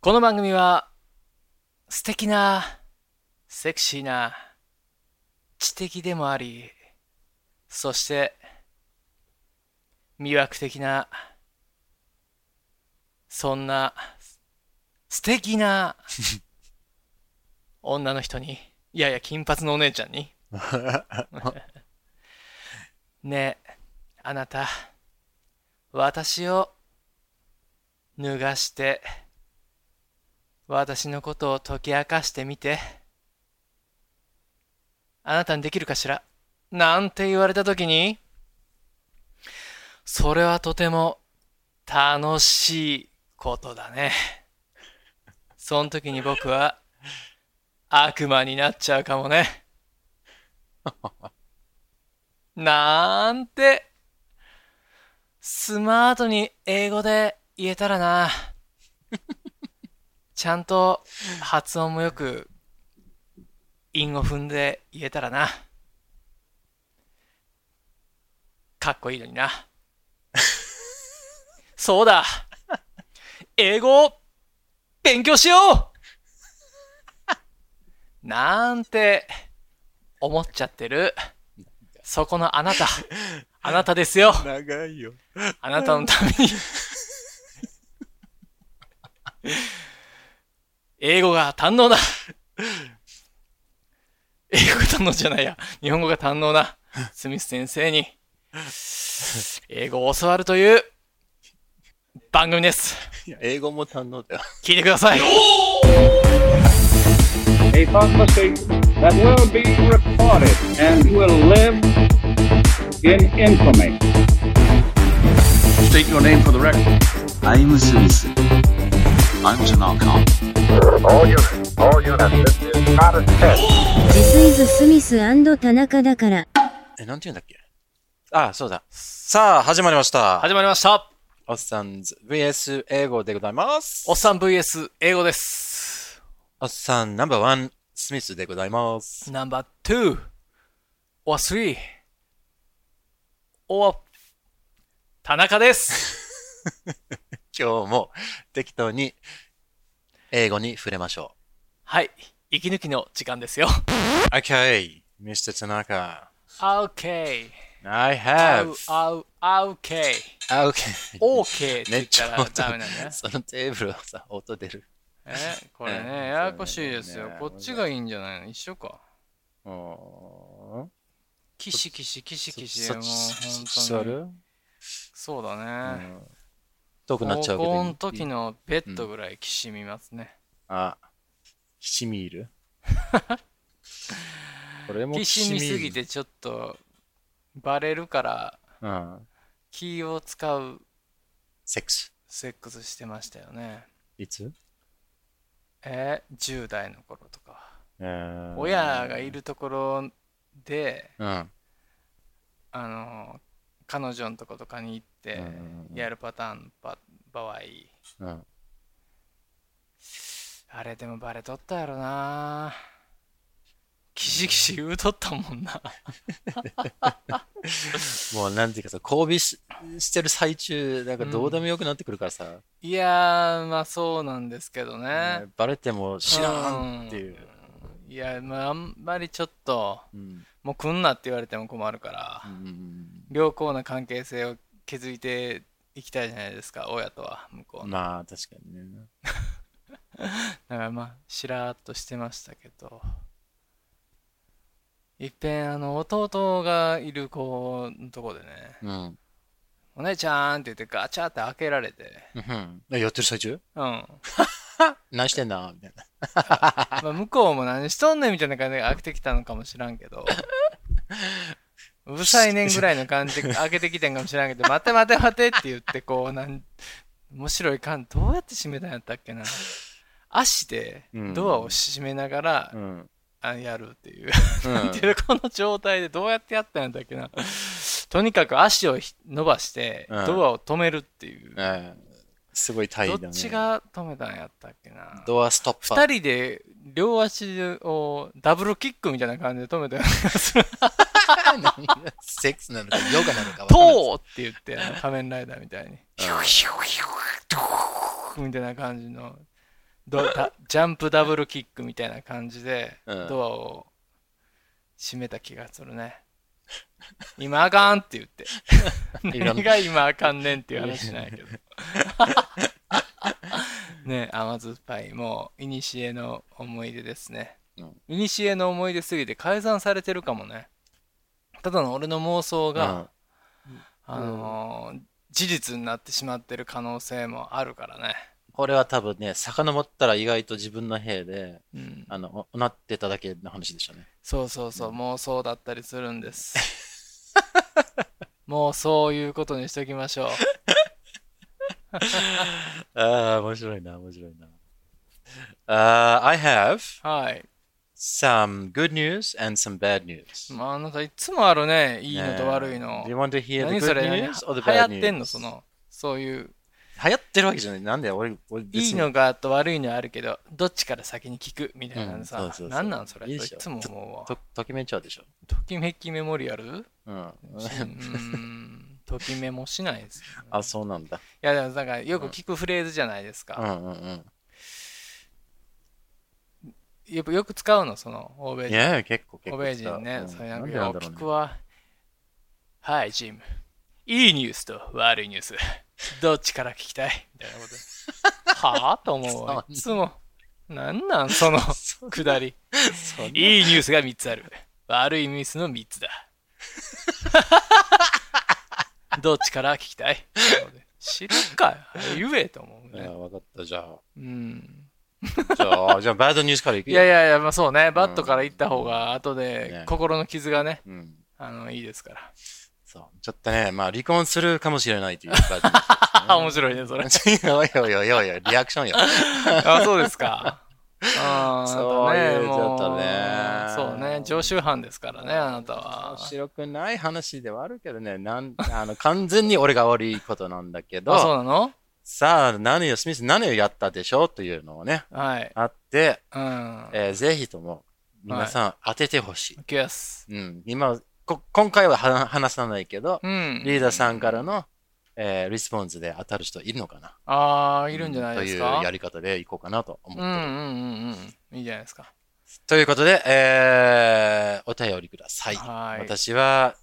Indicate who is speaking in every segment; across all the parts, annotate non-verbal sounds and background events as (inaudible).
Speaker 1: この番組は素敵なセクシーな知的でもありそして魅惑的なそんな素敵な女の人にいやいや金髪のお姉ちゃんにねえあなた私を脱がして私のことを解き明かしてみてあなたにできるかしらなんて言われた時にそれはとても楽しいことだねその時に僕は悪魔になっちゃうかもねなんてスマートに英語で言えたらなちゃんと発音もよく、韻を踏んで言えたらな。かっこいいのにな。そうだ英語を勉強しようなんて思っちゃってる。そこのあなた。あなたですよ。
Speaker 2: 長いよ。
Speaker 1: あなたのために英語が堪能だ英語が堪能じゃないや日本語が堪能なスミス先生に英語を教わるという番組です
Speaker 2: いや英語も堪能だよ。
Speaker 1: 聞いてください
Speaker 3: a prophecy that will be recorded and will live in infamy.
Speaker 4: State your name for the record.
Speaker 5: I'm Smith. I'm Tanaka.
Speaker 6: All units, all units, this is not a test.
Speaker 7: This is スミス田中だから。
Speaker 2: え、なんて言うんだっけあそうだ。さあ、始まりました。
Speaker 1: 始まりました
Speaker 2: おっさんず VS 英語でございます。
Speaker 1: おっさん VS 英語です
Speaker 2: おっさんナンバーワン、スミスでございます。
Speaker 1: ナンバー2 or 3 or 田中です
Speaker 2: 今日も適当に英語に触れましょ
Speaker 1: はい息抜きの時間ですよ
Speaker 2: う。Okay, Mr. Tanaka.
Speaker 1: OK
Speaker 2: I
Speaker 1: あ
Speaker 2: have.
Speaker 1: うあうあうけい
Speaker 2: Okay.
Speaker 1: オーケーって
Speaker 2: め
Speaker 1: 言
Speaker 2: っ
Speaker 1: っ
Speaker 2: ち
Speaker 1: た
Speaker 2: ゃ
Speaker 1: ら
Speaker 2: 音
Speaker 1: ダメなんだよね
Speaker 2: そのテーブルをさ、音出る。
Speaker 1: えこれ
Speaker 2: うん
Speaker 1: ねややこしいですよ
Speaker 2: そうなんだよね
Speaker 1: こっちがいいんじゃないの一緒か
Speaker 2: うーん
Speaker 1: キシキシキシキシ
Speaker 2: そ
Speaker 1: もう
Speaker 2: っち
Speaker 1: 本当に
Speaker 2: る
Speaker 1: そうだ
Speaker 2: う
Speaker 1: ね
Speaker 2: ん遠くなっ
Speaker 1: 高
Speaker 2: ちゃうけど。
Speaker 1: 校の時のベッドぐらいきしみますね
Speaker 2: あ、きしみ
Speaker 1: (laughs)
Speaker 2: いるこれも
Speaker 1: きしみすぎ
Speaker 2: る。
Speaker 1: てちょっとバレるから
Speaker 2: うん。
Speaker 1: 気を使う
Speaker 2: セックス。
Speaker 1: セックスしてましたよね
Speaker 2: いつ
Speaker 1: え10代の頃とか親
Speaker 2: 親
Speaker 1: がい。るところで
Speaker 2: うん。
Speaker 1: あの彼女のとことかに行って
Speaker 2: うん
Speaker 1: やるパターンのば場合
Speaker 2: うん。
Speaker 1: あれでもバレとったやろなキシキシ言うとったもんな (laughs)
Speaker 2: もうなんていうかさ、交尾ししてる最中、なんかどうでもよくなってくるからさ、
Speaker 1: いやーまあそうなんですけどね
Speaker 2: ねバレても知らんっていう。
Speaker 1: いやまああんまりちょっと
Speaker 2: うん。
Speaker 1: もう来んなって言われても困るから
Speaker 2: うん
Speaker 1: 良好な関係性を築いていきたいじゃないですか親とは向こうの
Speaker 2: まあ、確かにね。
Speaker 1: だからまあしらーっとしてましたけどいっぺんあの弟がいる子のとこでね
Speaker 2: うん。
Speaker 1: 「お姉ちゃん」って言ってガチャって開けられて
Speaker 2: うん。やってる最中
Speaker 1: うん、ま
Speaker 2: 何してんだみたい
Speaker 1: (laughs)
Speaker 2: な。
Speaker 1: あ、向こうも何しとんねんみたいな感じで開けてきたのかもしらんけどうるさいねんぐらいの感じで開けてきてんかもしらんけど「待て待て待て」って言ってこうなん面白い感どうやって閉めたんやったっけな足でドアを閉めながら、
Speaker 2: うん。
Speaker 1: あやるっていう (laughs)
Speaker 2: うん
Speaker 1: っていうこの状態でどうやってやったんやったっけなとにかく足をひ伸ばして
Speaker 2: うん
Speaker 1: ドアを止めるっていう、
Speaker 2: うんすごい態度
Speaker 1: ど
Speaker 2: ね。
Speaker 1: っちが止めたんやったっけな
Speaker 2: ドアストッパー。
Speaker 1: 2人で両足をダブルキックみたいな感じで止めたような気がする
Speaker 2: (laughs) セックスなのか、ヨガなのかわからん。
Speaker 1: トーって言って (laughs) あの仮面ライダーみたいにヒューヒューヒュードゥーみたいな感じのド
Speaker 2: (laughs)
Speaker 1: ダジャンプダブルキックみたいな感じでド
Speaker 2: うん
Speaker 1: アを閉めた気がするね。今あかんって言って。
Speaker 2: (laughs) いろん
Speaker 1: 何が今あかんねんっていう話なんや
Speaker 2: (laughs)
Speaker 1: けど。ね甘酸っぱい、もう、いにしえの思い出ですね
Speaker 2: うん。
Speaker 1: いにしえの思い出すぎて改ざんされてるかもね。ただの俺の妄想が、
Speaker 2: うん
Speaker 1: あのー事実になってしまってる可能性もあるからね。
Speaker 2: これは多分ね、遡ったら意外と自分の部屋で、
Speaker 1: うん、
Speaker 2: あの、おなってただけの話でしたね。
Speaker 1: そうそうそう、妄想だったりするんです。
Speaker 2: (laughs)
Speaker 1: もうそういうことにしときましょう。
Speaker 2: ああ、面白いな、面白いな。Uh, I have
Speaker 1: はい。
Speaker 2: some good news and some bad news.
Speaker 1: まあ、あなたいつもあるね、いいのと悪い
Speaker 2: Yeah.
Speaker 1: の
Speaker 2: Do。you want to hear
Speaker 1: 何
Speaker 2: the
Speaker 1: そ
Speaker 2: good
Speaker 1: れ何
Speaker 2: news or the
Speaker 1: 流
Speaker 2: bad
Speaker 1: 行
Speaker 2: news?
Speaker 1: ってんのその、そういう、
Speaker 2: 流行ってるわけじゃない。なんで俺、俺別に
Speaker 1: いいのがあと悪いのあるけど、どっちから先に聞くみたいなの
Speaker 2: うんそ
Speaker 1: さ
Speaker 2: うそうそ、う
Speaker 1: 何なんそれ
Speaker 2: いい
Speaker 1: い
Speaker 2: でしょ
Speaker 1: つも思うわ。
Speaker 2: と、ときめいちゃうでしょ。
Speaker 1: ときめきメモ
Speaker 2: (laughs)
Speaker 1: リアル
Speaker 2: うん。
Speaker 1: うん、ときめもしないですよね。
Speaker 2: あ、そうなんだ。
Speaker 1: いやでもなんかよく聞くフレーズじゃないです
Speaker 2: う
Speaker 1: か。
Speaker 2: んうんうん。
Speaker 1: やっぱよく使うの、その欧米
Speaker 2: い
Speaker 1: 人。
Speaker 2: や、結構結構。
Speaker 1: 欧米人ね。
Speaker 2: うん
Speaker 1: それなん
Speaker 2: な
Speaker 1: か
Speaker 2: んでなん
Speaker 1: よ
Speaker 2: だ
Speaker 1: く
Speaker 2: ろう
Speaker 1: 聞
Speaker 2: ね
Speaker 1: く。わ。はい、ジム。いいニュースと悪いニュース。どっちから聞きたいみたいなこと。
Speaker 2: (laughs)
Speaker 1: はあと思うわ。いつも。なんなんそのくだり。
Speaker 2: そんない
Speaker 1: いニュースが3つある。悪いニュースの3つだ。
Speaker 2: (laughs)
Speaker 1: どっちから聞きたい (laughs) みたいなこと知るかよ。言えと思う
Speaker 2: いや、
Speaker 1: ね。
Speaker 2: わかった、じゃあ。
Speaker 1: うん。
Speaker 2: じゃあ、じゃあ、バッドニュースからいく
Speaker 1: い
Speaker 2: よ。
Speaker 1: やいやいや、まあそうね、バットから行った方が、後
Speaker 2: ね
Speaker 1: で心の傷がね、
Speaker 2: うん。
Speaker 1: あの、いいですから。
Speaker 2: そう。ちょっとね、まあ、離婚するかもしれないというバッ (laughs) ドニ
Speaker 1: あ、 (laughs) 面白いね、それ
Speaker 2: ュ。ース。おいおいおいおいおい、リアクションよ。
Speaker 1: あ、そうです
Speaker 2: (laughs)
Speaker 1: か。あー
Speaker 2: そうい
Speaker 1: あな
Speaker 2: う
Speaker 1: た
Speaker 2: ちょっとね
Speaker 1: もうそうね、常習犯ですからね、あなた
Speaker 2: 面
Speaker 1: は。
Speaker 2: 白くない話ではあるけどね、なん (laughs) あの完全に俺が悪いことなんだけ
Speaker 1: あ、そ
Speaker 2: ど、
Speaker 1: うなの
Speaker 2: さあ、何を、スミス、何をやったでしょうというのをね、
Speaker 1: はい。
Speaker 2: あって、
Speaker 1: うん。
Speaker 2: えーぜひとも、皆さん当ててほしい。
Speaker 1: キュアス。
Speaker 2: うん、今こ、今回はは話さないけど、
Speaker 1: うん。
Speaker 2: リーダーさんからの、えーリスポンスで当たる人いるのかな
Speaker 1: ああ、いるんじゃないです
Speaker 2: と
Speaker 1: か
Speaker 2: いうや。り方でいこうかなと思っ
Speaker 1: う
Speaker 2: て
Speaker 1: んう
Speaker 2: る。
Speaker 1: んうんうん。いいじゃないですか。
Speaker 2: ということで、えーお便りください。
Speaker 1: はい
Speaker 2: 私は、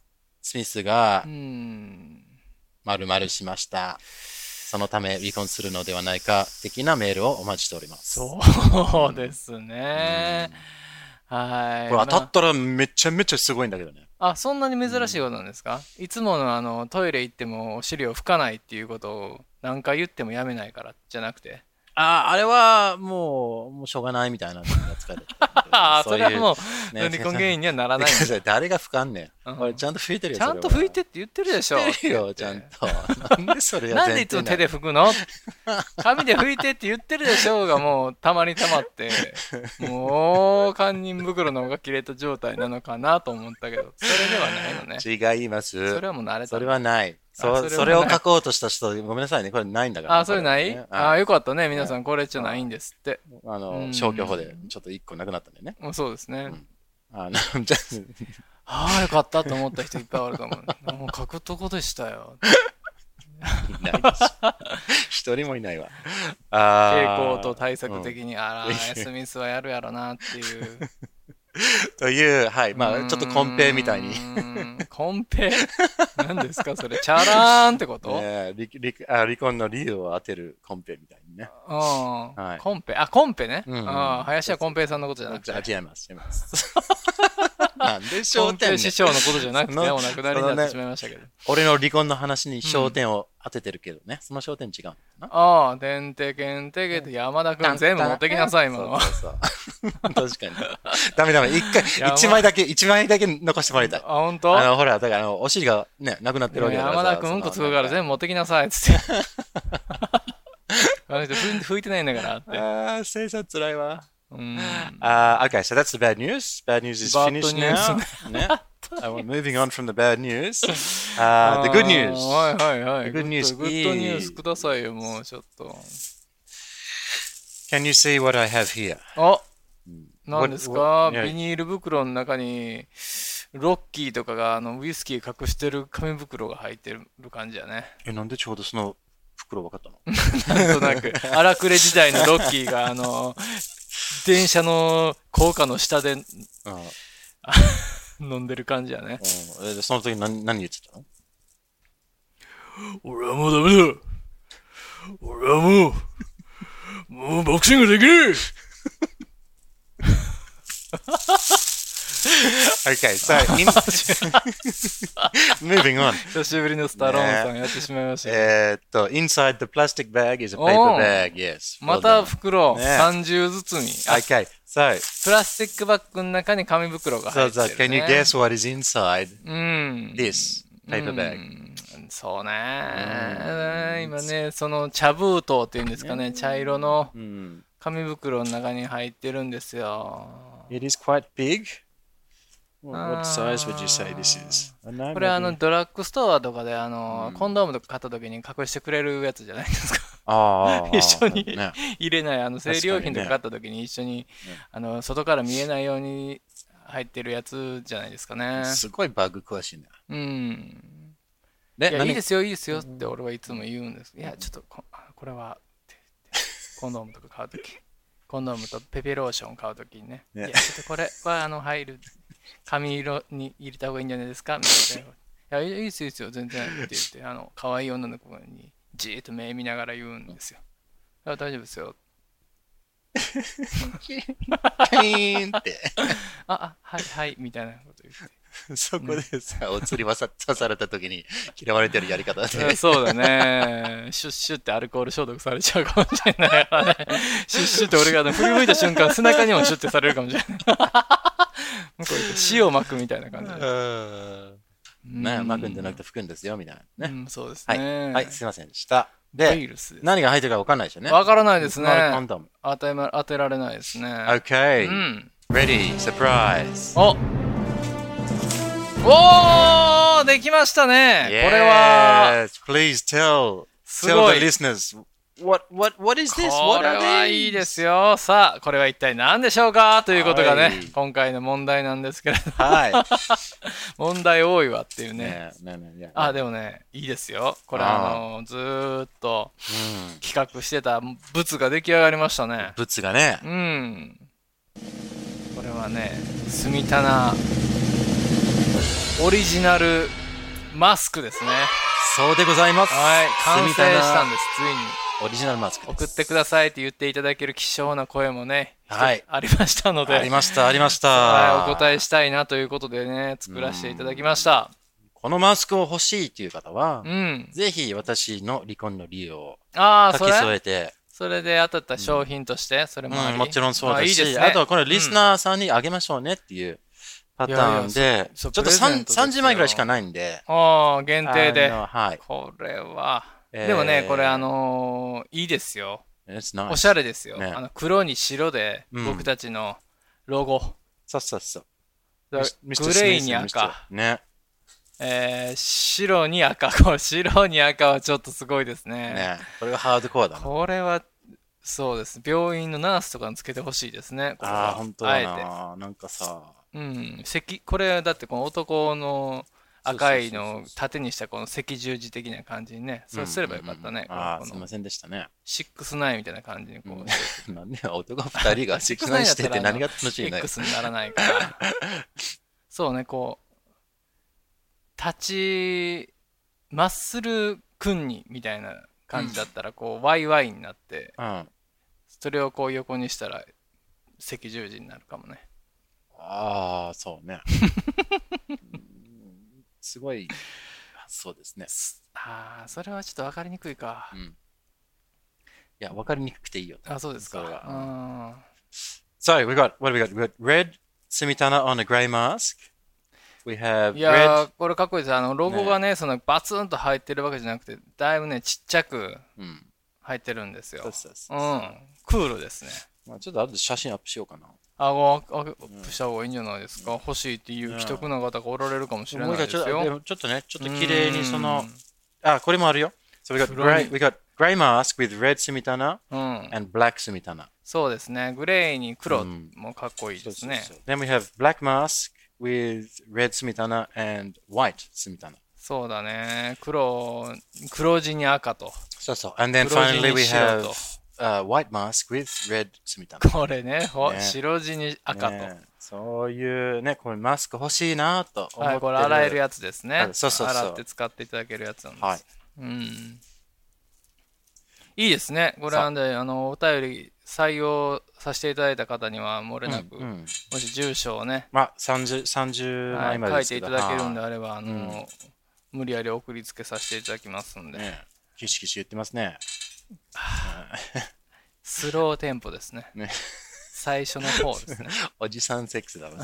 Speaker 2: スミスが
Speaker 1: うん。
Speaker 2: 丸々しました。そのため離婚するのではないか的なメールをお待ちしております。こ
Speaker 1: そうですね。はい。
Speaker 2: れ当た
Speaker 1: まあ
Speaker 2: ったらめちゃめちゃすごいんだけどね。
Speaker 1: あそんなに珍しいことなんですか、いつものあのトイレ行ってもお尻を拭かないっていうことを何回言ってもやめないからじゃなくて
Speaker 2: ああ、あれはもう、もうしょうがないみたいな扱いだったんだけど
Speaker 1: あ (laughs) あそれはもう
Speaker 2: ういうね
Speaker 1: 離婚原因にはならないん
Speaker 2: (laughs)
Speaker 1: だ
Speaker 2: う、誰が吹かんねん。
Speaker 1: うん
Speaker 2: 俺ちゃんと吹いてるよ。
Speaker 1: ちゃんと拭いて
Speaker 2: る
Speaker 1: って言ってるでしょ
Speaker 2: 吹いてるよ、ちゃんと。 (laughs) なん
Speaker 1: (laughs)
Speaker 2: でそれが
Speaker 1: なんでいつも手で拭くの紙で拭いてって言ってるでしょうがもうたまにたま
Speaker 2: (laughs)
Speaker 1: ってもう堪忍袋の方が切れた状態なのかなと思ったけどそれではないの
Speaker 2: (laughs)
Speaker 1: ね
Speaker 2: 手違います。
Speaker 1: それはもう慣れた
Speaker 2: それはない。
Speaker 1: あ
Speaker 2: そ
Speaker 1: それはない
Speaker 2: それを書こうとした人、ごめんなさいね、これないんだから。
Speaker 1: あそれない、
Speaker 2: こね
Speaker 1: あ
Speaker 2: あ
Speaker 1: あよかったね皆さんこれじゃないんですって
Speaker 2: あの、
Speaker 1: うん
Speaker 2: 消去法で、ちょっと一個なくなったんだよね。
Speaker 1: もうそうですね、
Speaker 2: んあの、 (laughs) じゃ
Speaker 1: ああ、よかったと思った人いっぱいあると思う。
Speaker 2: (laughs)
Speaker 1: もう書くとこでしたよ。
Speaker 2: あいないです一人もいないわ。あ
Speaker 1: 傾
Speaker 2: ー
Speaker 1: 向と対策的に、あら、
Speaker 2: うん
Speaker 1: 休みすはやるやろなっていう。
Speaker 2: うんという、はい。 (laughs) まあ、ちょっとコンペみたいに。
Speaker 1: うーん。コンペ何ですかそれ、チャラーンってこと、
Speaker 2: えー離離あ離婚の理由を当てるコンペみたいにね。
Speaker 1: うん、
Speaker 2: はい
Speaker 1: コンペ、あ、コンペね。
Speaker 2: うんうん
Speaker 1: ああ林家コンペイさんのことじゃなく
Speaker 2: じ
Speaker 1: て
Speaker 2: ゃ。あ違います、違い
Speaker 1: (laughs)
Speaker 2: ます。なんで
Speaker 1: コ
Speaker 2: 焦
Speaker 1: ンペ
Speaker 2: 点
Speaker 1: 師
Speaker 2: ね
Speaker 1: 匠のことじゃなくて、
Speaker 2: そ
Speaker 1: ね、
Speaker 2: の
Speaker 1: お亡くなりになってし
Speaker 2: そのね
Speaker 1: まいましたけど。
Speaker 2: 俺の離婚の話に焦点を当ててるけどね。その焦点違う (laughs) のかな。
Speaker 1: ああ、てんてけんてけて山田君全部持ってきなさい、今のは。
Speaker 2: そうそうそう。確
Speaker 1: (laughs)
Speaker 2: かに。ダメダメ。一
Speaker 1: やば
Speaker 2: 回、一枚だけ、一枚だけ残してもらいた
Speaker 1: あ、
Speaker 2: い。あ
Speaker 1: 本当
Speaker 2: の、ほら、だからあの、お尻がね、なくなってるわけだからさ。
Speaker 1: 山田君うんこつくから
Speaker 2: 部。
Speaker 1: 全部持ってきなさいっつ
Speaker 2: (laughs)
Speaker 1: って。あの人拭い拭いてないんだからって。
Speaker 2: ああ、生産つらいわ。
Speaker 1: うん。
Speaker 2: Uh, okay, so that's the bad news. Bad news is
Speaker 1: Bad
Speaker 2: finished
Speaker 1: news.
Speaker 2: now. yeah. Uh, we're moving on from the bad news. Uh, the good
Speaker 1: あ
Speaker 2: news.
Speaker 1: ーはいはいはい。
Speaker 2: The good news
Speaker 1: グッドニュースくださいよ、もうちょっと。
Speaker 2: Can you see what I have here?
Speaker 1: あ何です
Speaker 2: What-
Speaker 1: か
Speaker 2: what- yeah.
Speaker 1: ビニール袋の中にロッキーとかがあのウイスキー隠してる紙袋が入ってる感じやね。
Speaker 2: え、なんでちょうどそのプロ分かったの
Speaker 1: なんとなく、荒くれ時代のロッキーが、あの、電車の高架の下で
Speaker 2: うんうん
Speaker 1: 飲んでる感じやね。
Speaker 2: えでその時何何言ってたの
Speaker 1: 俺はもうダメだ俺はもう、もうボクシングできる
Speaker 2: Okay, so in... (laughs) moving on.
Speaker 1: 久しぶりのスタローンさんやってしまいましたけど。
Speaker 2: えーっと、inside the plastic bag is a
Speaker 1: お
Speaker 2: paper
Speaker 1: ー
Speaker 2: bag, yes.
Speaker 1: また
Speaker 2: Well done.
Speaker 1: 袋
Speaker 2: ね
Speaker 1: 30ずつに。あ
Speaker 2: Okay, so,
Speaker 1: プラスチックバッグの中に紙袋が入
Speaker 2: so
Speaker 1: って
Speaker 2: that,
Speaker 1: る、ね。
Speaker 2: can you guess what is inside
Speaker 1: うん。
Speaker 2: this paper
Speaker 1: う
Speaker 2: bag?
Speaker 1: んそうね。今ね、その茶封筒っていうんですかね、茶色の
Speaker 2: うん
Speaker 1: 紙袋の中に入ってるんですよ。
Speaker 2: It is quite big. What,
Speaker 1: あー
Speaker 2: what size would you say this is?
Speaker 1: これあの
Speaker 2: maybe-
Speaker 1: ドラッグストアとかであの、
Speaker 2: うん
Speaker 1: コンドームとか買った時に隠してくれるやつじゃないですか。
Speaker 2: あー
Speaker 1: (laughs) 一緒に
Speaker 2: ね
Speaker 1: 入れないあの生理用品とか買
Speaker 2: 確か
Speaker 1: った時に一緒にあの外から見えないように入ってるやつじゃないですかね。
Speaker 2: すごいバグ詳しいね。
Speaker 1: うん。
Speaker 2: ね。
Speaker 1: いやいいですすよいいですよって俺はいつも言うんですいやちょっとこあこれはって言ってコンドームとか買うとき (laughs) コンドームとペペローション買うときにねい
Speaker 2: ね
Speaker 1: やちょっとこれはあの入る髪色に入れた方がいいんじゃないですかみたいないやいいですよいいですよ全然って言ってあの可愛い女の子にじーっと目見ながら言うんですよいや大丈夫ですよ
Speaker 2: キ (laughs) ーンって。
Speaker 1: ああはいはいみたいなこと言って
Speaker 2: そこでさ、お釣りはさ刺された時に嫌われてるやり
Speaker 1: (laughs)
Speaker 2: 方で。
Speaker 1: うんそうだね。シュッシュってアルコール消毒されちゃうかもしれないから
Speaker 2: (laughs)
Speaker 1: ね。シュッシュって俺がね、振り向いた瞬間、背中にもシュッてされるかもしれない。 (laughs) 向こう行って塩まくみたいな感じで。
Speaker 2: うんね、まくんじゃなくて吹くんですよ、みたいな
Speaker 1: う
Speaker 2: ね。
Speaker 1: ん、そうです
Speaker 2: はい、
Speaker 1: ね。
Speaker 2: はい、すいませんでした。
Speaker 1: ウイ
Speaker 2: で、
Speaker 1: ルスです。
Speaker 2: 何が入ってるか分かんないですよね。
Speaker 1: わからないですね
Speaker 2: Not a condom.
Speaker 1: 当てま当てられないですね。う
Speaker 2: Okay.
Speaker 1: ん。
Speaker 2: Ready, surprise.
Speaker 1: おおーできましたね。これは、
Speaker 2: Yes, please tell,
Speaker 1: す
Speaker 2: tell
Speaker 1: ご
Speaker 2: the
Speaker 1: い。
Speaker 2: listeners. What, what, what is
Speaker 1: こ
Speaker 2: this?
Speaker 1: れ
Speaker 2: What are
Speaker 1: はいい
Speaker 2: these?
Speaker 1: ですよ。さあ、これは一体何でしょうかということが
Speaker 2: は
Speaker 1: ね
Speaker 2: い、
Speaker 1: 今回の問題なんですけれど、
Speaker 2: は
Speaker 1: 問題多いわっていう
Speaker 2: い。
Speaker 1: ね。
Speaker 2: ねねねね
Speaker 1: あ、でもね、いいですよ。これ、
Speaker 2: あ
Speaker 1: あ
Speaker 2: ー
Speaker 1: の、ずーっと
Speaker 2: うん
Speaker 1: 企画してた物が出来上がりましたね。
Speaker 2: 物がね
Speaker 1: う、ん。これはね、住棚オリジナルマスクですね。
Speaker 2: そうでございます。
Speaker 1: はい、完成
Speaker 2: 住棚
Speaker 1: したんです、ついに。
Speaker 2: オリジナルマスクです
Speaker 1: 送ってくださいって言っていただける希少な声もね、
Speaker 2: はい
Speaker 1: 一つありましたので、
Speaker 2: ありました、ありました。
Speaker 1: はい、お答えしたいなということでね、作らせていただきました。
Speaker 2: (laughs) このマスクを欲しいという方は
Speaker 1: う、ん。
Speaker 2: ぜひ私の離婚の理由を
Speaker 1: ああ、そ
Speaker 2: 書き
Speaker 1: れ
Speaker 2: 添えて、
Speaker 1: それで当たった商品として、それもあ
Speaker 2: う
Speaker 1: り
Speaker 2: ん、もちろんそうだ
Speaker 1: あいい
Speaker 2: し、
Speaker 1: で
Speaker 2: あ
Speaker 1: すね、
Speaker 2: とはこれリスナーさんにあげましょうねっていうパターンで、
Speaker 1: いやいや
Speaker 2: ちょ
Speaker 1: そそ
Speaker 2: っと
Speaker 1: うプレゼント
Speaker 2: 3
Speaker 1: ですよ
Speaker 2: 時前ぐらいしかないんで、
Speaker 1: ああ、限定で
Speaker 2: あ。のはい。
Speaker 1: これは、
Speaker 2: えー
Speaker 1: でもね、これあのーいいですよ。
Speaker 2: It's nice.
Speaker 1: おしゃれですよ。
Speaker 2: ね
Speaker 1: あの黒に白で、
Speaker 2: うん
Speaker 1: 僕たちのロゴ。
Speaker 2: そうそうそう。
Speaker 1: グレ
Speaker 2: Mr.
Speaker 1: ーに
Speaker 2: Smith and
Speaker 1: 赤。
Speaker 2: Mr. ね。
Speaker 1: えー白に赤。 (laughs) これ白に赤はちょっとすごいですね。
Speaker 2: ね。これがハードコアだな。
Speaker 1: これは、そうです。病院のナースとかにつけてほしいですね。これは
Speaker 2: ああ、本当だ
Speaker 1: あ
Speaker 2: な。なんかさ、
Speaker 1: えて。うん。赤、これ、だってこの男の赤い
Speaker 2: そうそう
Speaker 1: の
Speaker 2: そう
Speaker 1: を
Speaker 2: そう
Speaker 1: 縦にしたこの赤十字的な感じにね、そうすればよかった
Speaker 2: うんうん
Speaker 1: ね。
Speaker 2: うんああ、
Speaker 1: こ
Speaker 2: す
Speaker 1: の
Speaker 2: いませんでしたね。
Speaker 1: シックスナインみたいな感じにこう、
Speaker 2: (laughs) なんで男2人が積算して (laughs) て何が楽しいのよ
Speaker 1: X にならない (laughs) から。そうね、こう、立ち、マッスル君にみたいな感じだったら、こう、ワイワイになって、
Speaker 2: うん。
Speaker 1: それをこう横にしたら、赤十字になるかもね。
Speaker 2: ああ、そうね。うんすごい、そうですね。
Speaker 1: ああ、それはちょっと分かりにくいか
Speaker 2: う。んいや、わかりにくくていいよ。
Speaker 1: あそうですか。
Speaker 2: それは
Speaker 1: うん。
Speaker 2: Sorry, we got, what have we got? We got red Sumitana on a grey mask. We have
Speaker 1: いや
Speaker 2: red.
Speaker 1: ー、これかっこいいです。あの、ロゴがね、そのバツンと入ってるわけじゃなくて、だいぶね、ちっちゃく
Speaker 2: うん。
Speaker 1: 入ってるんです
Speaker 2: そう
Speaker 1: よ。。
Speaker 2: そうそううん
Speaker 1: クールですね。
Speaker 2: まあちょっと後で写真アップしようかな。
Speaker 1: あごアップした方がいいんじゃないですか、欲しいっていう既得な方がおられるかもしれ
Speaker 2: も
Speaker 1: な
Speaker 2: う
Speaker 1: い
Speaker 2: 一回
Speaker 1: です
Speaker 2: ちょっとで
Speaker 1: よ。
Speaker 2: もちょっとね、ちょっと綺麗にその
Speaker 1: う、
Speaker 2: あ、これもあるよ。So we got
Speaker 1: 黒
Speaker 2: grey,
Speaker 1: い
Speaker 2: we got grey mask with red Sumitana
Speaker 1: うん、
Speaker 2: and black Sumitana.
Speaker 1: そうですねグレーに黒
Speaker 2: うん
Speaker 1: もかっこいいですね、
Speaker 2: そうそうそう Then we have black mask with red Sumitana and white Sumitana.
Speaker 1: そうだね黒黒地に赤と (laughs)
Speaker 2: そうそう。And then
Speaker 1: 黒地
Speaker 2: finally
Speaker 1: に
Speaker 2: we
Speaker 1: しよう
Speaker 2: have
Speaker 1: と
Speaker 2: uh, white mask with red 住みた
Speaker 1: これね、ほ
Speaker 2: ね
Speaker 1: 白地に赤と。
Speaker 2: ねそういうね、これマスク欲しいなと思っ
Speaker 1: は
Speaker 2: て
Speaker 1: い、
Speaker 2: る。
Speaker 1: これ洗えるやつですね。
Speaker 2: あそうそうそう
Speaker 1: 洗って使っていただけるやつなんです。
Speaker 2: はい。
Speaker 1: うん。いいですね。これ
Speaker 2: そう
Speaker 1: なんで、あの、お便り採用させていただいた方には、漏れなく、
Speaker 2: うんうん
Speaker 1: もし住所をね、
Speaker 2: まあ、30、30
Speaker 1: は
Speaker 2: 枚
Speaker 1: い、
Speaker 2: まで
Speaker 1: 書
Speaker 2: で
Speaker 1: い
Speaker 2: す
Speaker 1: て
Speaker 2: け
Speaker 1: い
Speaker 2: ど
Speaker 1: ただけるんであれば、あ
Speaker 2: う
Speaker 1: の、無理やり送りつけさせていただきますんで、
Speaker 2: ねキシキシ言ってますね。
Speaker 1: スローテンポですね。
Speaker 2: ね
Speaker 1: 最初の方ですね。
Speaker 2: おじさんセックスだわ。 (laughs)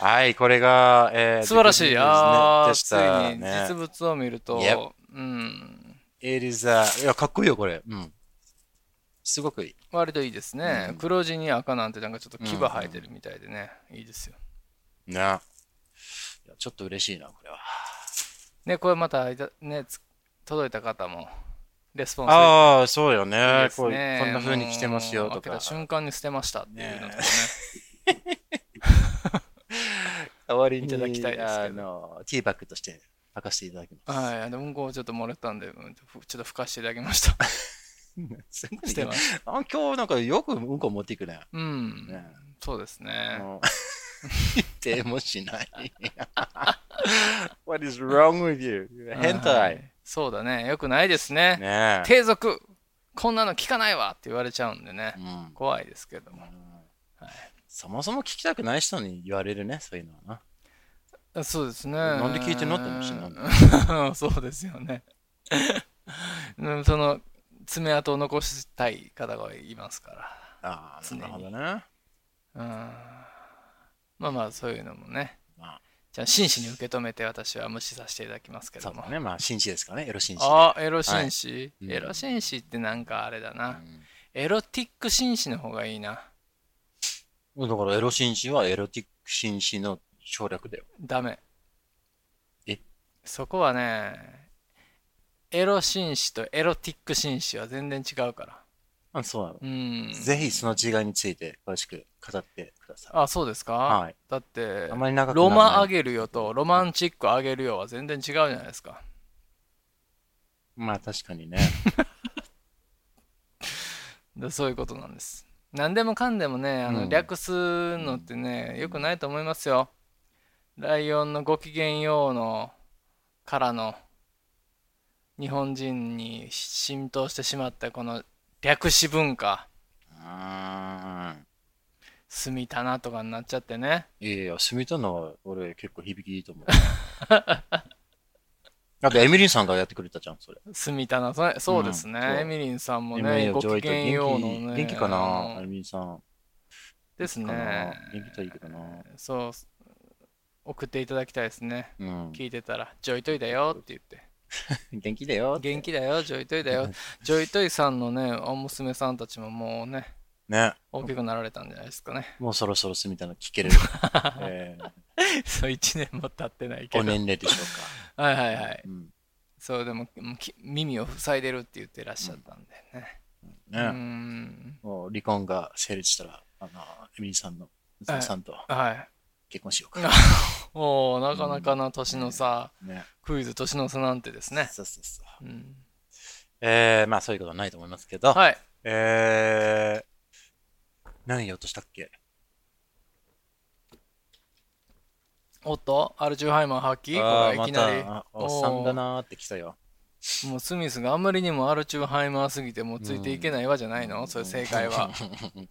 Speaker 2: はい、これが、えー
Speaker 1: 素晴
Speaker 2: (laughs)
Speaker 1: らしい。ああ、
Speaker 2: でし
Speaker 1: つ
Speaker 2: た
Speaker 1: いに
Speaker 2: ね
Speaker 1: 実物を見ると、
Speaker 2: Yep
Speaker 1: うん。
Speaker 2: It is a... いや、かっこいいよ、これ。うん。すごくいい。
Speaker 1: 割といいですね、黒地に赤なんてなんかちょっと牙生えてるみたいでね、いいですよ
Speaker 2: な。いやちょっと嬉しいな、これは。
Speaker 1: ねこれまたいたねつ届いた方もレスポンス
Speaker 2: ああ、そうよ
Speaker 1: いい
Speaker 2: ね
Speaker 1: です
Speaker 2: こうこん
Speaker 1: ね
Speaker 2: な風に来てます
Speaker 1: も
Speaker 2: よ
Speaker 1: う
Speaker 2: と
Speaker 1: 開け
Speaker 2: か
Speaker 1: た。瞬間に捨てましたっていうのとかね
Speaker 2: 代わり
Speaker 1: いただきたいですけど
Speaker 2: あの、ティーバッグとして履かせていただきます。
Speaker 1: はいあのうんこをちょっと漏れたんでうんふちょっとふかしていただきました
Speaker 2: すごいね
Speaker 1: (laughs) してます
Speaker 2: あ今日なんかよくうんこ持っていくね。
Speaker 1: うん、
Speaker 2: ね
Speaker 1: そうですね、
Speaker 2: もう (laughs) 言ってもしない。What is wrong with you? 変
Speaker 1: は
Speaker 2: 態。
Speaker 1: いそうだねよくないですね
Speaker 2: ねえ。
Speaker 1: 低俗こんなの聞かないわって言われちゃうんでね、
Speaker 2: うん
Speaker 1: 怖いですけども
Speaker 2: そもそも聞きたくない人に言われるね、そういうのはな。
Speaker 1: あそうですね。
Speaker 2: なんで聞いてんのって話になる
Speaker 1: る (laughs) そうですよね。うんその爪痕を残したい方がいますか
Speaker 2: ああ、
Speaker 1: 常に
Speaker 2: なるほどね。
Speaker 1: ら。うんまあまあそういうのもね。
Speaker 2: まあ
Speaker 1: じゃあ真摯に受け止めて私は無視させていただきますけ
Speaker 2: そ
Speaker 1: ど
Speaker 2: う
Speaker 1: も
Speaker 2: だ。ね。まあ、紳士ですからね、エロ紳士。
Speaker 1: あエロ紳士、
Speaker 2: いうん
Speaker 1: エロ紳士ってなんかあれだな。
Speaker 2: ん
Speaker 1: エロティック紳士の方がいいな。
Speaker 2: だから、エロ紳士はエロティック紳士の省略だよ。
Speaker 1: ダメ。
Speaker 2: え
Speaker 1: そこはね、エロ紳士とエロティック紳士は全然違うから。
Speaker 2: あ、そうなの。
Speaker 1: うん。
Speaker 2: ぜひその違いについて詳しく語ってください。
Speaker 1: あ、そうですか、
Speaker 2: はい
Speaker 1: だって
Speaker 2: あ、まり長くな
Speaker 1: ロ
Speaker 2: らない
Speaker 1: マあげるよとロマンチックあげるよは全然違うじゃないですか。
Speaker 2: まあ、確かにね。
Speaker 1: でそういうことなんです。何でもかんでもね、あ
Speaker 2: う
Speaker 1: の
Speaker 2: ん
Speaker 1: 略すのってね、よくないと思いますよ。ライオンのごきげんようのからの日本人に浸透してしまったこの略詞文化、
Speaker 2: うーん。
Speaker 1: 住みたなとかになっちゃってね。
Speaker 2: いやいや、住みたのは俺結構響きいいと (laughs) 思う。あと、エミリンさんがやってくれたじゃん、それ。
Speaker 1: 住みたな、そそうですね、
Speaker 2: うんそう
Speaker 1: エミリンさんも
Speaker 2: エミリ
Speaker 1: ね、
Speaker 2: ン
Speaker 1: ご
Speaker 2: を上
Speaker 1: き
Speaker 2: 位と
Speaker 1: げんようの
Speaker 2: 元
Speaker 1: ね。
Speaker 2: 気元気か
Speaker 1: あ
Speaker 2: な、
Speaker 1: の
Speaker 2: エミリンさん。
Speaker 1: です
Speaker 2: かな
Speaker 1: ね。
Speaker 2: 元気といいかな。
Speaker 1: そう、送っていただきたいですね。
Speaker 2: うん。
Speaker 1: 聞いてたら、ジョイトイだよって言って。
Speaker 2: 元気だよ。
Speaker 1: 元気だよ、ジョイトイだよ。ジョイトイさんのね、お娘さんたちももうね、
Speaker 2: ね。
Speaker 1: 大きくなられたんじゃないですかね。
Speaker 2: もうそろそろ住みたの聞ける。えー
Speaker 1: (laughs) そう、1年も経ってないけ
Speaker 2: お
Speaker 1: ど。
Speaker 2: 年齢でしょ
Speaker 1: (laughs)
Speaker 2: う
Speaker 1: はいはいはい
Speaker 2: か。。うん。
Speaker 1: そう、でも、もうき耳を塞いでるって言ってらっしゃったんでね。うー
Speaker 2: ね。
Speaker 1: ん。
Speaker 2: もう離婚が成立したら、あの、エミリンさんの娘さんと
Speaker 1: はい。
Speaker 2: 結婚しよう
Speaker 1: な
Speaker 2: か。
Speaker 1: おおなかなかな年の差、
Speaker 2: ね。
Speaker 1: クイズ年の差なんてですね。
Speaker 2: そうそうそう。
Speaker 1: うん、
Speaker 2: えー、まあそういうことはないと思いますけど。
Speaker 1: はい。
Speaker 2: えー、何言おうとしたっけ
Speaker 1: おっと、アルチューハイマー発揮
Speaker 2: あ
Speaker 1: こ
Speaker 2: ー
Speaker 1: れいきなり。
Speaker 2: またあおっさんだなーって来たよ。 (laughs)
Speaker 1: もうスミスがあんまりにもアルチューハイマーすぎてもうついていけないわじゃないの、それ正解 (laughs) は。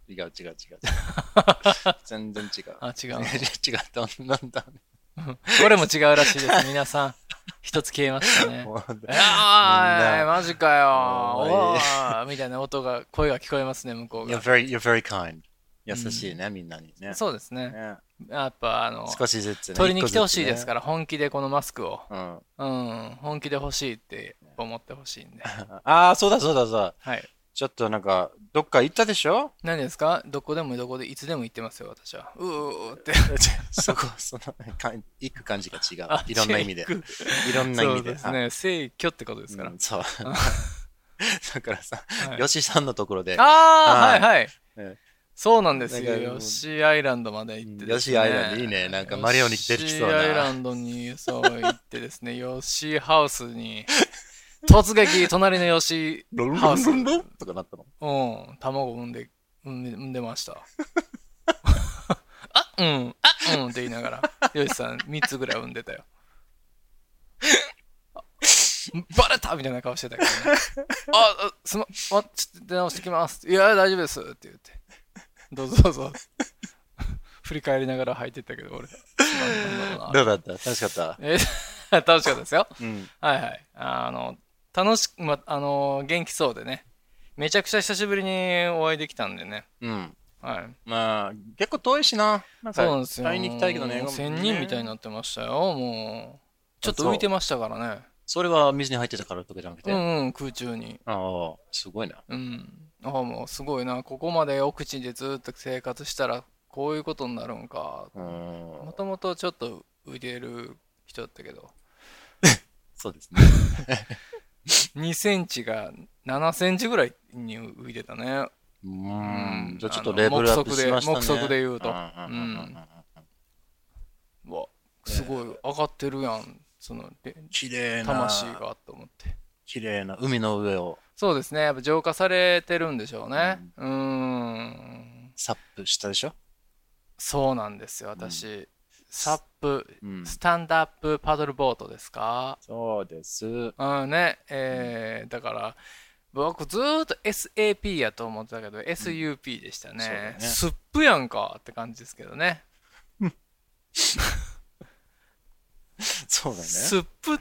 Speaker 2: 違う違う
Speaker 1: (laughs)
Speaker 2: 違う。全然違う。 (laughs)
Speaker 1: あ違う
Speaker 2: 違う。なんだ、
Speaker 1: これも違うらしいです皆さん一つ消えましたね
Speaker 2: もう
Speaker 1: いやーマジか
Speaker 2: おい
Speaker 1: よおーみたいな音が声が聞こえますね向こう
Speaker 2: You're
Speaker 1: が
Speaker 2: very, you're very kind. 優しいね、みんなにね。
Speaker 1: そうですね
Speaker 2: ね
Speaker 1: やっぱあの
Speaker 2: 少しずつね。。
Speaker 1: 取りに来てほしいですからら本気でこのマスクを
Speaker 2: うん、
Speaker 1: うん本気で欲しいって思ってほしいんで
Speaker 2: (laughs) ああ、そうだそうだそうだ。
Speaker 1: はい
Speaker 2: ちょっとなんか、どっか行ったでしょ
Speaker 1: 何ですかどこでもどこでいつでも行ってますよ私はうーって
Speaker 2: そこ、その、か行く感じが違う。いろんな意味で。
Speaker 1: 行く
Speaker 2: いろんな意
Speaker 1: そう
Speaker 2: 味で。
Speaker 1: ですね聖居ってことですから、
Speaker 2: う
Speaker 1: (laughs)
Speaker 2: んそう。だからさ、
Speaker 1: はい
Speaker 2: ヨシさんのところで、
Speaker 1: ああ、はいはい
Speaker 2: ね。
Speaker 1: そうなんです
Speaker 2: なんか
Speaker 1: よ。ヨッシーアイランドまで行ってです、
Speaker 2: ヨッシーアイランドいいねなんかマリオに出てきそうな
Speaker 1: (laughs) ヨッシーアイランドにそう行ってですね、ヨッシーハウスに突撃、隣の吉、
Speaker 2: ロン
Speaker 1: ハ
Speaker 2: ロ
Speaker 1: ウ
Speaker 2: ン
Speaker 1: ス
Speaker 2: ロンロンとかなったの。
Speaker 1: うん、卵産んで、産んで産んでました。あうん、あうんって言いながら、ヨシさん3つぐらい産んでたよ。バレたみたいな顔してたけど、ね、あ、あすま、あ、ちょっと出直してきます。いや、大丈夫ですって言って。どうぞどうぞ。振り返りながら入ってったけど、俺。すまんな
Speaker 2: どうだった楽しかった。
Speaker 1: え (laughs) 楽しかったですよ。
Speaker 2: うん。
Speaker 1: はいはい。あの、楽しく、ま、あの、元気そうでね。めちゃくちゃ久しぶりにお会いできたんでね。
Speaker 2: うん。
Speaker 1: はい。
Speaker 2: まあ、結構遠いしな。なん
Speaker 1: そう
Speaker 2: か
Speaker 1: なんですよ。
Speaker 2: 会いに行きたいけどね。
Speaker 1: 1000人みたいに
Speaker 2: ね。
Speaker 1: なってましたよ、もう。ちょっと浮いてましたからね。
Speaker 2: それは水に入ってたからとかじゃなくて。
Speaker 1: う
Speaker 2: あ
Speaker 1: んうん、空中に。
Speaker 2: あ、すごいな。
Speaker 1: うん。ああ、もうすごいな。ここまで奥地でずっと生活したら、こういうことになるんか。
Speaker 2: うん
Speaker 1: も。ともとちょっと浮いてる人だったけど、
Speaker 2: (laughs) そうですね。
Speaker 1: (laughs) 2センチが7センチぐらいに浮いてたね。
Speaker 2: う
Speaker 1: ーん
Speaker 2: ん。じゃあちょっとレベルアップしましたね。
Speaker 1: 目測で目測で言うと
Speaker 2: んんんんん
Speaker 1: うわ、すごい上がってるやん。その、で
Speaker 2: 綺麗な。
Speaker 1: 魂。がと思って。
Speaker 2: 綺麗な海の上を
Speaker 1: そうですね。やっぱ浄化されてるんでしょうね。うーん。
Speaker 2: サップしたでしょ。
Speaker 1: そうなんですよ、私。サップ、
Speaker 2: うん
Speaker 1: スタンドアップパドルボートですか
Speaker 2: そうです。
Speaker 1: うんね。えーだから、僕ずーっと SAP やと思ってたけど、SUP でした
Speaker 2: そうだ
Speaker 1: ね
Speaker 2: ね。
Speaker 1: スップやんかって感じですけどね。
Speaker 2: そうだね。
Speaker 1: スップ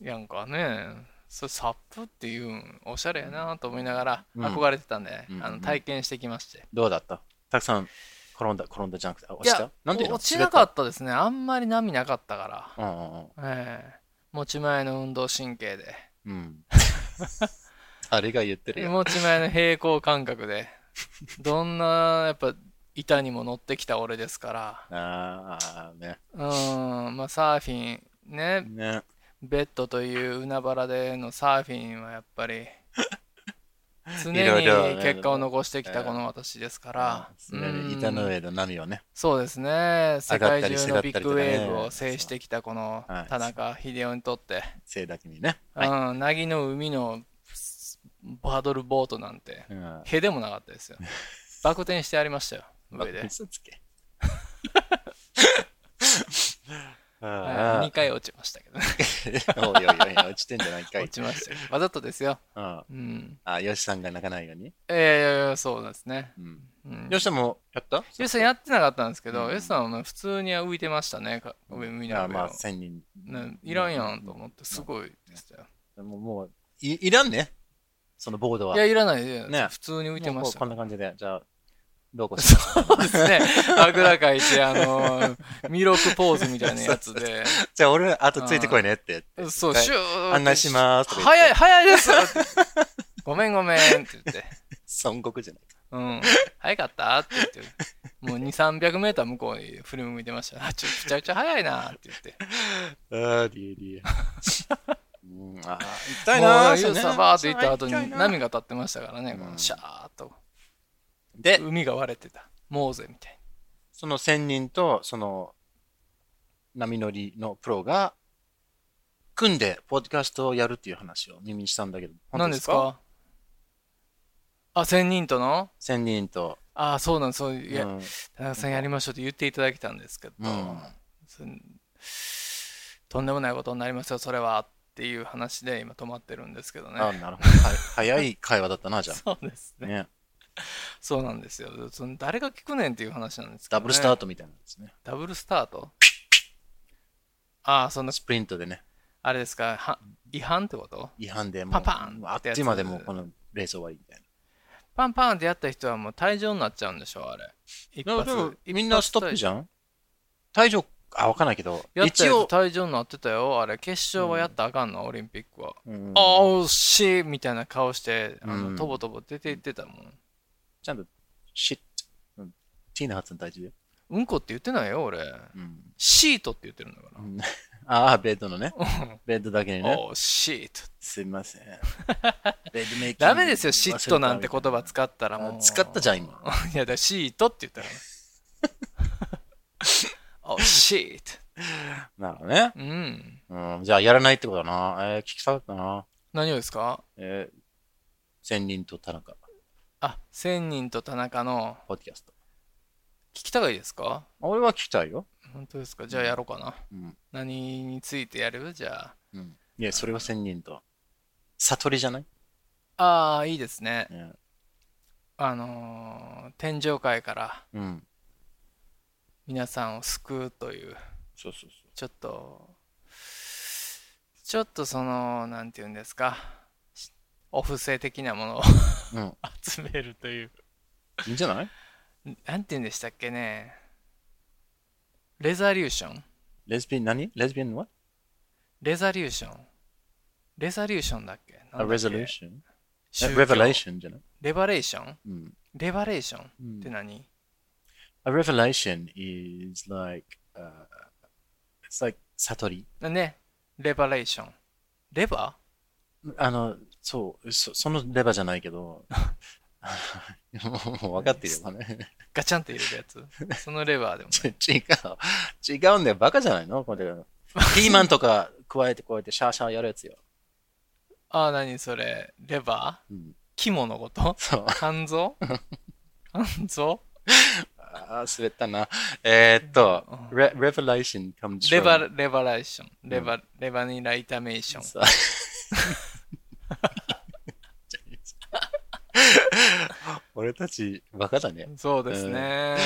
Speaker 1: やんかね。それサップっていうん、おしゃれやなと思いながら、
Speaker 2: うん
Speaker 1: 憧れてたんで、
Speaker 2: うん
Speaker 1: あの体験してきまして。
Speaker 2: どうだったたくさん転んだ、転んだじゃなくて、あ
Speaker 1: い
Speaker 2: 落ち
Speaker 1: や
Speaker 2: たなんで
Speaker 1: 落ちなか
Speaker 2: っ
Speaker 1: ったですね。あんまり波なかったか
Speaker 2: た。うんうん
Speaker 1: ら。ええ持ち前の運動神経で、
Speaker 2: うんうん。 (laughs) あれが言ってるよ。
Speaker 1: 持ち前の平行感覚で、どんな、やっぱ、板にも乗ってきた俺ですから。
Speaker 2: ああ、ね。
Speaker 1: うーん、まあ、サーフィン、ね、
Speaker 2: ね。
Speaker 1: ベッドという海原でのサーフィンはやっぱ
Speaker 2: (laughs)
Speaker 1: り常
Speaker 2: いろいろ
Speaker 1: に結果を残してきたこの私ですから、
Speaker 2: 常に
Speaker 1: うん
Speaker 2: 板の上の波をね。
Speaker 1: そうですね世界中
Speaker 2: 下が
Speaker 1: の
Speaker 2: った
Speaker 1: ビ
Speaker 2: り
Speaker 1: ッグウェーブを制
Speaker 2: 下がったりとかね
Speaker 1: してきたこの
Speaker 2: はい
Speaker 1: 田中秀夫にとって、
Speaker 2: せいだけにね。
Speaker 1: う
Speaker 2: はい。
Speaker 1: ん、凪の海のバドルボートなんて
Speaker 2: うん。
Speaker 1: へでもなかった
Speaker 2: (laughs)
Speaker 1: ですよバク転してありましたよ上で、
Speaker 2: 嘘つけ。
Speaker 1: はい、2
Speaker 2: ああ。
Speaker 1: 回落ちましたけどね
Speaker 2: おいおいおい、落ちてんじゃない (laughs) か
Speaker 1: 落
Speaker 2: い。
Speaker 1: ちましたよわざとですよ、
Speaker 2: うんあ
Speaker 1: うん、
Speaker 2: あ、よしさんが泣かないように。
Speaker 1: いやいやいやそうですね、
Speaker 2: うん。
Speaker 1: うん
Speaker 2: よしさんもやった
Speaker 1: ヨシさんやってなかったんですけど、
Speaker 2: うん
Speaker 1: ヨシさんはまあ普通には浮いてましたね、か上見
Speaker 2: あ
Speaker 1: な
Speaker 2: あ
Speaker 1: が
Speaker 2: まあ、
Speaker 1: ら。
Speaker 2: 千人。
Speaker 1: ねいらんやんと思って、すごいでしたよ。
Speaker 2: もう、もういいらんね。そのボードは。
Speaker 1: いや、いらないで、
Speaker 2: ね
Speaker 1: 普通に浮いてまし
Speaker 2: もうこ
Speaker 1: た
Speaker 2: うこん
Speaker 1: よ。
Speaker 2: な感じで、じゃあ、どうこうします
Speaker 1: そうですね。 (laughs) あぐらかいて、あのー、弥勒ポーズみたいなやつ
Speaker 2: (laughs)
Speaker 1: で、
Speaker 2: じゃあ、俺、あとついてこいねって。
Speaker 1: そう、
Speaker 2: はい
Speaker 1: シューって
Speaker 2: 案内しますとか言っ
Speaker 1: 早い、
Speaker 2: て
Speaker 1: 早いですごめん、ごめんって言って。
Speaker 2: 孫国じゃないか。
Speaker 1: うん。早かったって言って。もう2、300メーター向こうに振り向いてました。あ、ちょ、めちゃくちゃ早いなって言って。
Speaker 2: ああ、りえり (laughs) え。うん、ああ、行きたい
Speaker 1: も
Speaker 2: な
Speaker 1: うユーサーバーって行った後に波
Speaker 2: が。
Speaker 1: が立ってましたからね、こ
Speaker 2: う
Speaker 1: の
Speaker 2: ん
Speaker 1: シャーっと
Speaker 2: で、
Speaker 1: 海が割れてたモーゼみたい
Speaker 2: その仙人と、その、波乗りのプロが、組んで、ポッドキャストをやるっていう話を耳にしたんだけど、
Speaker 1: な何ですかあ仙人との
Speaker 2: 仙人と、
Speaker 1: あそうなんそういや、
Speaker 2: うん
Speaker 1: 田中さんやりましょうって言っていただけたんですけど、
Speaker 2: うん
Speaker 1: そとんでもないことになりますよそれはっていう話で今止まってるんですけどね
Speaker 2: あなるほど。はい早い会話だったな、じ
Speaker 1: (laughs)
Speaker 2: ゃ
Speaker 1: そうです
Speaker 2: あ。
Speaker 1: ね
Speaker 2: ね。
Speaker 1: そうなんですよその誰が聞くねんっていう話なんですけど、ね、
Speaker 2: ダブルスタートみたいなんですね。
Speaker 1: ダブルスタートああそんな
Speaker 2: スプリントでね。
Speaker 1: あれですかは違反ってこと
Speaker 2: 違反でもう
Speaker 1: パパーンってやつ
Speaker 2: あっちまでもうこのレース終わりみたい
Speaker 1: パンパンってやった人はもう退場になっちゃうんでしょあれ。一
Speaker 2: な。
Speaker 1: 発
Speaker 2: でもみんなストップじ
Speaker 1: ゃん
Speaker 2: ゃん退場、あ、わかんないけど、
Speaker 1: やった
Speaker 2: 一
Speaker 1: や
Speaker 2: 応
Speaker 1: つ、退場になってたよ。あれ、決勝はやったらあかんの、オリンピックは。
Speaker 2: うん
Speaker 1: ああ、惜しいみたいな顔して、あ
Speaker 2: うん
Speaker 1: の、とぼとぼ出て行ってたもん。
Speaker 2: ちゃんと、シッ、うん、ティーナハツに大事で。
Speaker 1: うんこって言ってないよ、俺。
Speaker 2: うん
Speaker 1: シートって言ってるんだか
Speaker 2: うんああ、ベッドのね。
Speaker 1: ら。
Speaker 2: ベッドだけにね。
Speaker 1: おー、シート。
Speaker 2: すい
Speaker 1: (laughs)
Speaker 2: ません。ベッドメイキング
Speaker 1: ダメですよ、嫉妬なんて言葉
Speaker 2: っ
Speaker 1: 使ったら
Speaker 2: た
Speaker 1: もう。
Speaker 2: 使ったじゃん、
Speaker 1: (laughs)
Speaker 2: 今。
Speaker 1: いや、だからシートって言ったらね。お、シート。
Speaker 2: なるほどね。
Speaker 1: うん。
Speaker 2: うん、じゃあ、やらないってことだな。えー、聞きたかったな。
Speaker 1: 何をですか
Speaker 2: えー、千人と田中、
Speaker 1: あ、千人と田中の
Speaker 2: ポッドキャスト。
Speaker 1: 聞きたがいいですか
Speaker 2: 俺は聞きたいよ。
Speaker 1: 本当ですかじゃあやろうかな。
Speaker 2: うん。
Speaker 1: 何についてやるじゃ
Speaker 2: うん。いや、それは千人と。悟りじゃない、
Speaker 1: あ。ああ、いいですね。
Speaker 2: うん、
Speaker 1: あのー天上界から
Speaker 2: うん。
Speaker 1: 皆さんを救うという、
Speaker 2: そうそうそ
Speaker 1: ちょっと、ちょっとその、なんて言うんですか、お布施的なものを
Speaker 2: う。うん。
Speaker 1: 集めるという、
Speaker 2: いいんじゃない
Speaker 1: なんて言うんでしたっけね、レザリューション
Speaker 2: レズビン何レズビンは
Speaker 1: レザリューションレザリューションだっけなんだっけ
Speaker 2: ?A resolution?
Speaker 1: 宗教
Speaker 2: A revelation じゃない
Speaker 1: レバレーション
Speaker 2: うん。
Speaker 1: レバレーション
Speaker 2: うん
Speaker 1: って何、
Speaker 2: A revelation is like, uh, it's like 悟り。
Speaker 1: ね、レバレーション。レバ
Speaker 2: あの、そう、そそのレバーじゃないけ (laughs) ど、もうもう分かってるよね。
Speaker 1: ガチャンって入れるや
Speaker 2: (laughs)
Speaker 1: つ。そのレバーでも。
Speaker 2: ち違う。違うんだよ。バカじゃないのこれ。 (laughs) ピーマンとか加えてこうやってシャーシャーやるやつよ。
Speaker 1: ああ、何それ。レバー
Speaker 2: うん。
Speaker 1: 肝のこと
Speaker 2: そう。
Speaker 1: 肝
Speaker 2: (laughs)
Speaker 1: 臓肝臓
Speaker 2: ああ、滑ったな。えーっと、
Speaker 1: う
Speaker 2: レ revelation comes from
Speaker 1: レバ、レバレーション。レバ、レバニライタメーション。
Speaker 2: さ俺たち、バカだね。
Speaker 1: そうですね。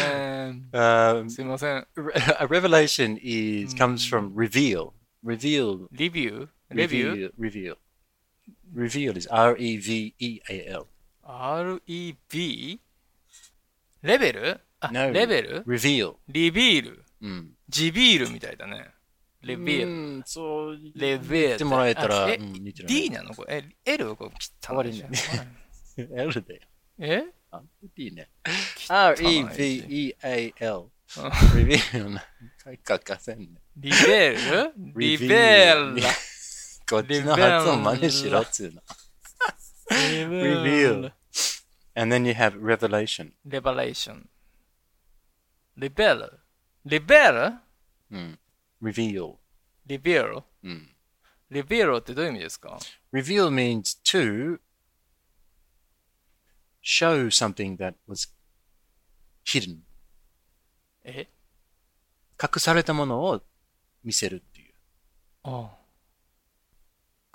Speaker 2: Um, (laughs)
Speaker 1: すいません。
Speaker 2: a revelation is comes from reveal. Reveal.
Speaker 1: レビューレビュー
Speaker 2: Reveal. Reveal is R E V E A L.
Speaker 1: ?REB? レベルあ、
Speaker 2: No.
Speaker 1: レベル
Speaker 2: Reveal.
Speaker 1: リビール。
Speaker 2: うん。
Speaker 1: ジビールみたいだね。レビール。
Speaker 2: うん、そう。
Speaker 1: レベ
Speaker 2: 言ってもらえたら
Speaker 1: あえ
Speaker 2: うん似てる
Speaker 1: D なのこれえ ?L? これ切ったでしょ
Speaker 2: 終わりね (laughs) L で。
Speaker 1: (laughs) え
Speaker 2: あいいね。
Speaker 1: 汚いし
Speaker 2: R-E-V-E-A-L。
Speaker 1: うん
Speaker 2: (laughs) Reveal なんか書かせんね。
Speaker 1: リベルリベルラ。
Speaker 2: こっちの発音真似しろっつうの。
Speaker 1: リベ
Speaker 2: Reveal。And then you have revelation.
Speaker 1: レバレーション。リベルリベル
Speaker 2: うん。Reveal.
Speaker 1: リベル
Speaker 2: うん。
Speaker 1: リベルってどういう意味ですか
Speaker 2: Reveal means to show something that was hidden.
Speaker 1: え
Speaker 2: 隠されたものを見せるっていう。
Speaker 1: ああ。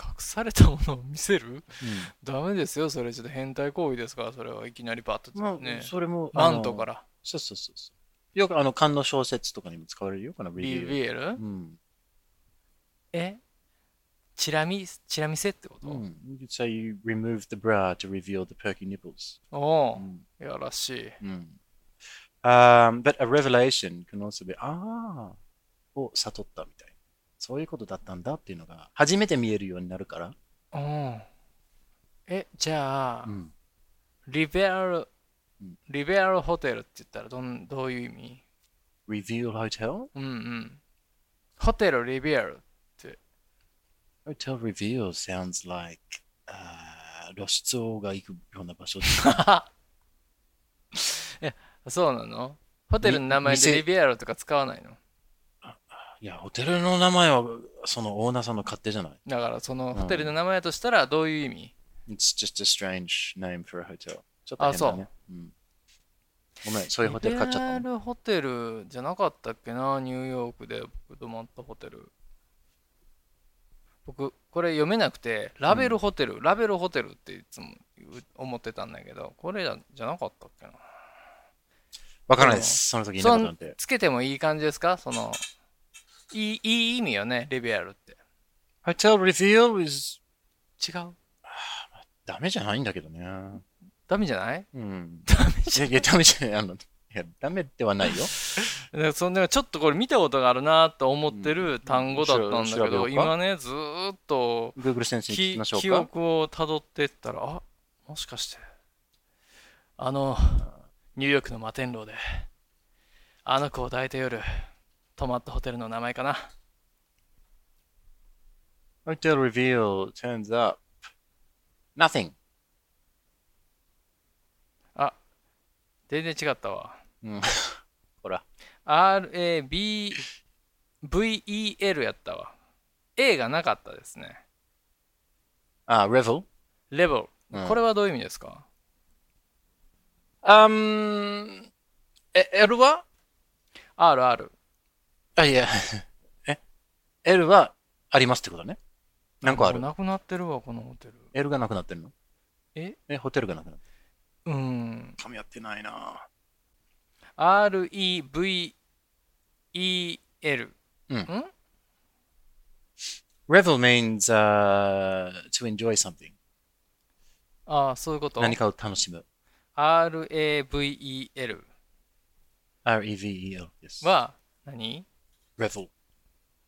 Speaker 1: 隠されたものを見せるダメですよ、それちょっと変態行為ですから、それはいきなりバッと
Speaker 2: まあ、
Speaker 1: ね。
Speaker 2: それも。。
Speaker 1: マントからら。
Speaker 2: そうそうそうそう。よくあの、漢の小説とかにも使われるよ、この
Speaker 1: リ
Speaker 2: reveal。
Speaker 1: ベル
Speaker 2: うん。
Speaker 1: えチラ見、チラ見せってこ
Speaker 2: う
Speaker 1: と
Speaker 2: ん。You could say you remove the bra to reveal the perky nipples.
Speaker 1: お
Speaker 2: う
Speaker 1: お、
Speaker 2: ん。
Speaker 1: やらしい。
Speaker 2: うん。Um, but a revelation can also be, "Ah, ああ、を悟ったみたいな。そういうことだったんだっていうのが、初めて見えるようになるから。
Speaker 1: うん。え、じゃあ、
Speaker 2: うん。
Speaker 1: リベラル
Speaker 2: うん、
Speaker 1: リベラルホテルって言ったらどん、どういう意味
Speaker 2: Reveal hotel?
Speaker 1: うんうん。ホテルリベラル。
Speaker 2: Hotel reveal sounds like, あー露出王が行くような場所。
Speaker 1: そうなのホテルの名前
Speaker 2: み店
Speaker 1: でリベラルとか使わないの
Speaker 2: いや、ホテルの名前は、そのオーナーさんの勝手じゃない。
Speaker 1: だから、その
Speaker 2: ん
Speaker 1: ホテルの名前だとしたらどういう意味
Speaker 2: It's just a strange name for a hotel. ちょっ
Speaker 1: あ
Speaker 2: と変だね。うんごめん、そういうホテル買っちゃった
Speaker 1: リベ
Speaker 2: の。
Speaker 1: ラルホテルじゃなかったっけな、ニューヨークで僕泊まったホテル。僕、これ読めなくて、ラベルホテル、ラベルホテルっていつも言う思ってたんだけど、これじゃじゃなかったっけな。
Speaker 2: わからないです。その時いな
Speaker 1: そ
Speaker 2: かった
Speaker 1: ん
Speaker 2: んで。
Speaker 1: つけてもいい感じですかその、いい、いい意味よね、リベラルって。
Speaker 2: Hotel reveal is
Speaker 1: 違う
Speaker 2: ダメじゃないんだけどね。
Speaker 1: ダメじゃない
Speaker 2: うん。ダメじゃないや。ダメじゃない。あの、いや、ダメではないよ。
Speaker 1: でそんでちょっとこれ見たことがあるなと思ってる単語だったんだ
Speaker 2: 調
Speaker 1: け
Speaker 2: べよう
Speaker 1: ど、
Speaker 2: か
Speaker 1: 今ね、ずーっと
Speaker 2: Google 先生に聞き
Speaker 1: き
Speaker 2: ましょ
Speaker 1: 記
Speaker 2: うか。
Speaker 1: 憶をたどってったら、あもしかして、あの、ニューヨークの摩天楼で、あの子を抱いた夜、泊まったホテルの名前かな。
Speaker 2: Hotel reveal turns up nothing.
Speaker 1: 全然違ったわ。 (laughs)
Speaker 2: うん。ほら。
Speaker 1: RABL VEL やったわ A がなかったですね
Speaker 2: あ、revel?
Speaker 1: レベル、
Speaker 2: うん
Speaker 1: これはどういう意味ですか
Speaker 2: うん、え、L は
Speaker 1: ?RR
Speaker 2: あ、いや。え ?L はありますってことね。何個ある
Speaker 1: もうなくなってるわこのホテル
Speaker 2: ?L がなくなってるの
Speaker 1: え
Speaker 2: え、ホテルがなくなってる。
Speaker 1: うん
Speaker 2: 噛み合ってないな
Speaker 1: REVEL
Speaker 2: うん
Speaker 1: ん
Speaker 2: revel means、uh, to enjoy something.
Speaker 1: ああそういうこと
Speaker 2: 何かを楽しむ。
Speaker 1: RAVEL
Speaker 2: R-E-V-E-L です。
Speaker 1: は何
Speaker 2: revel。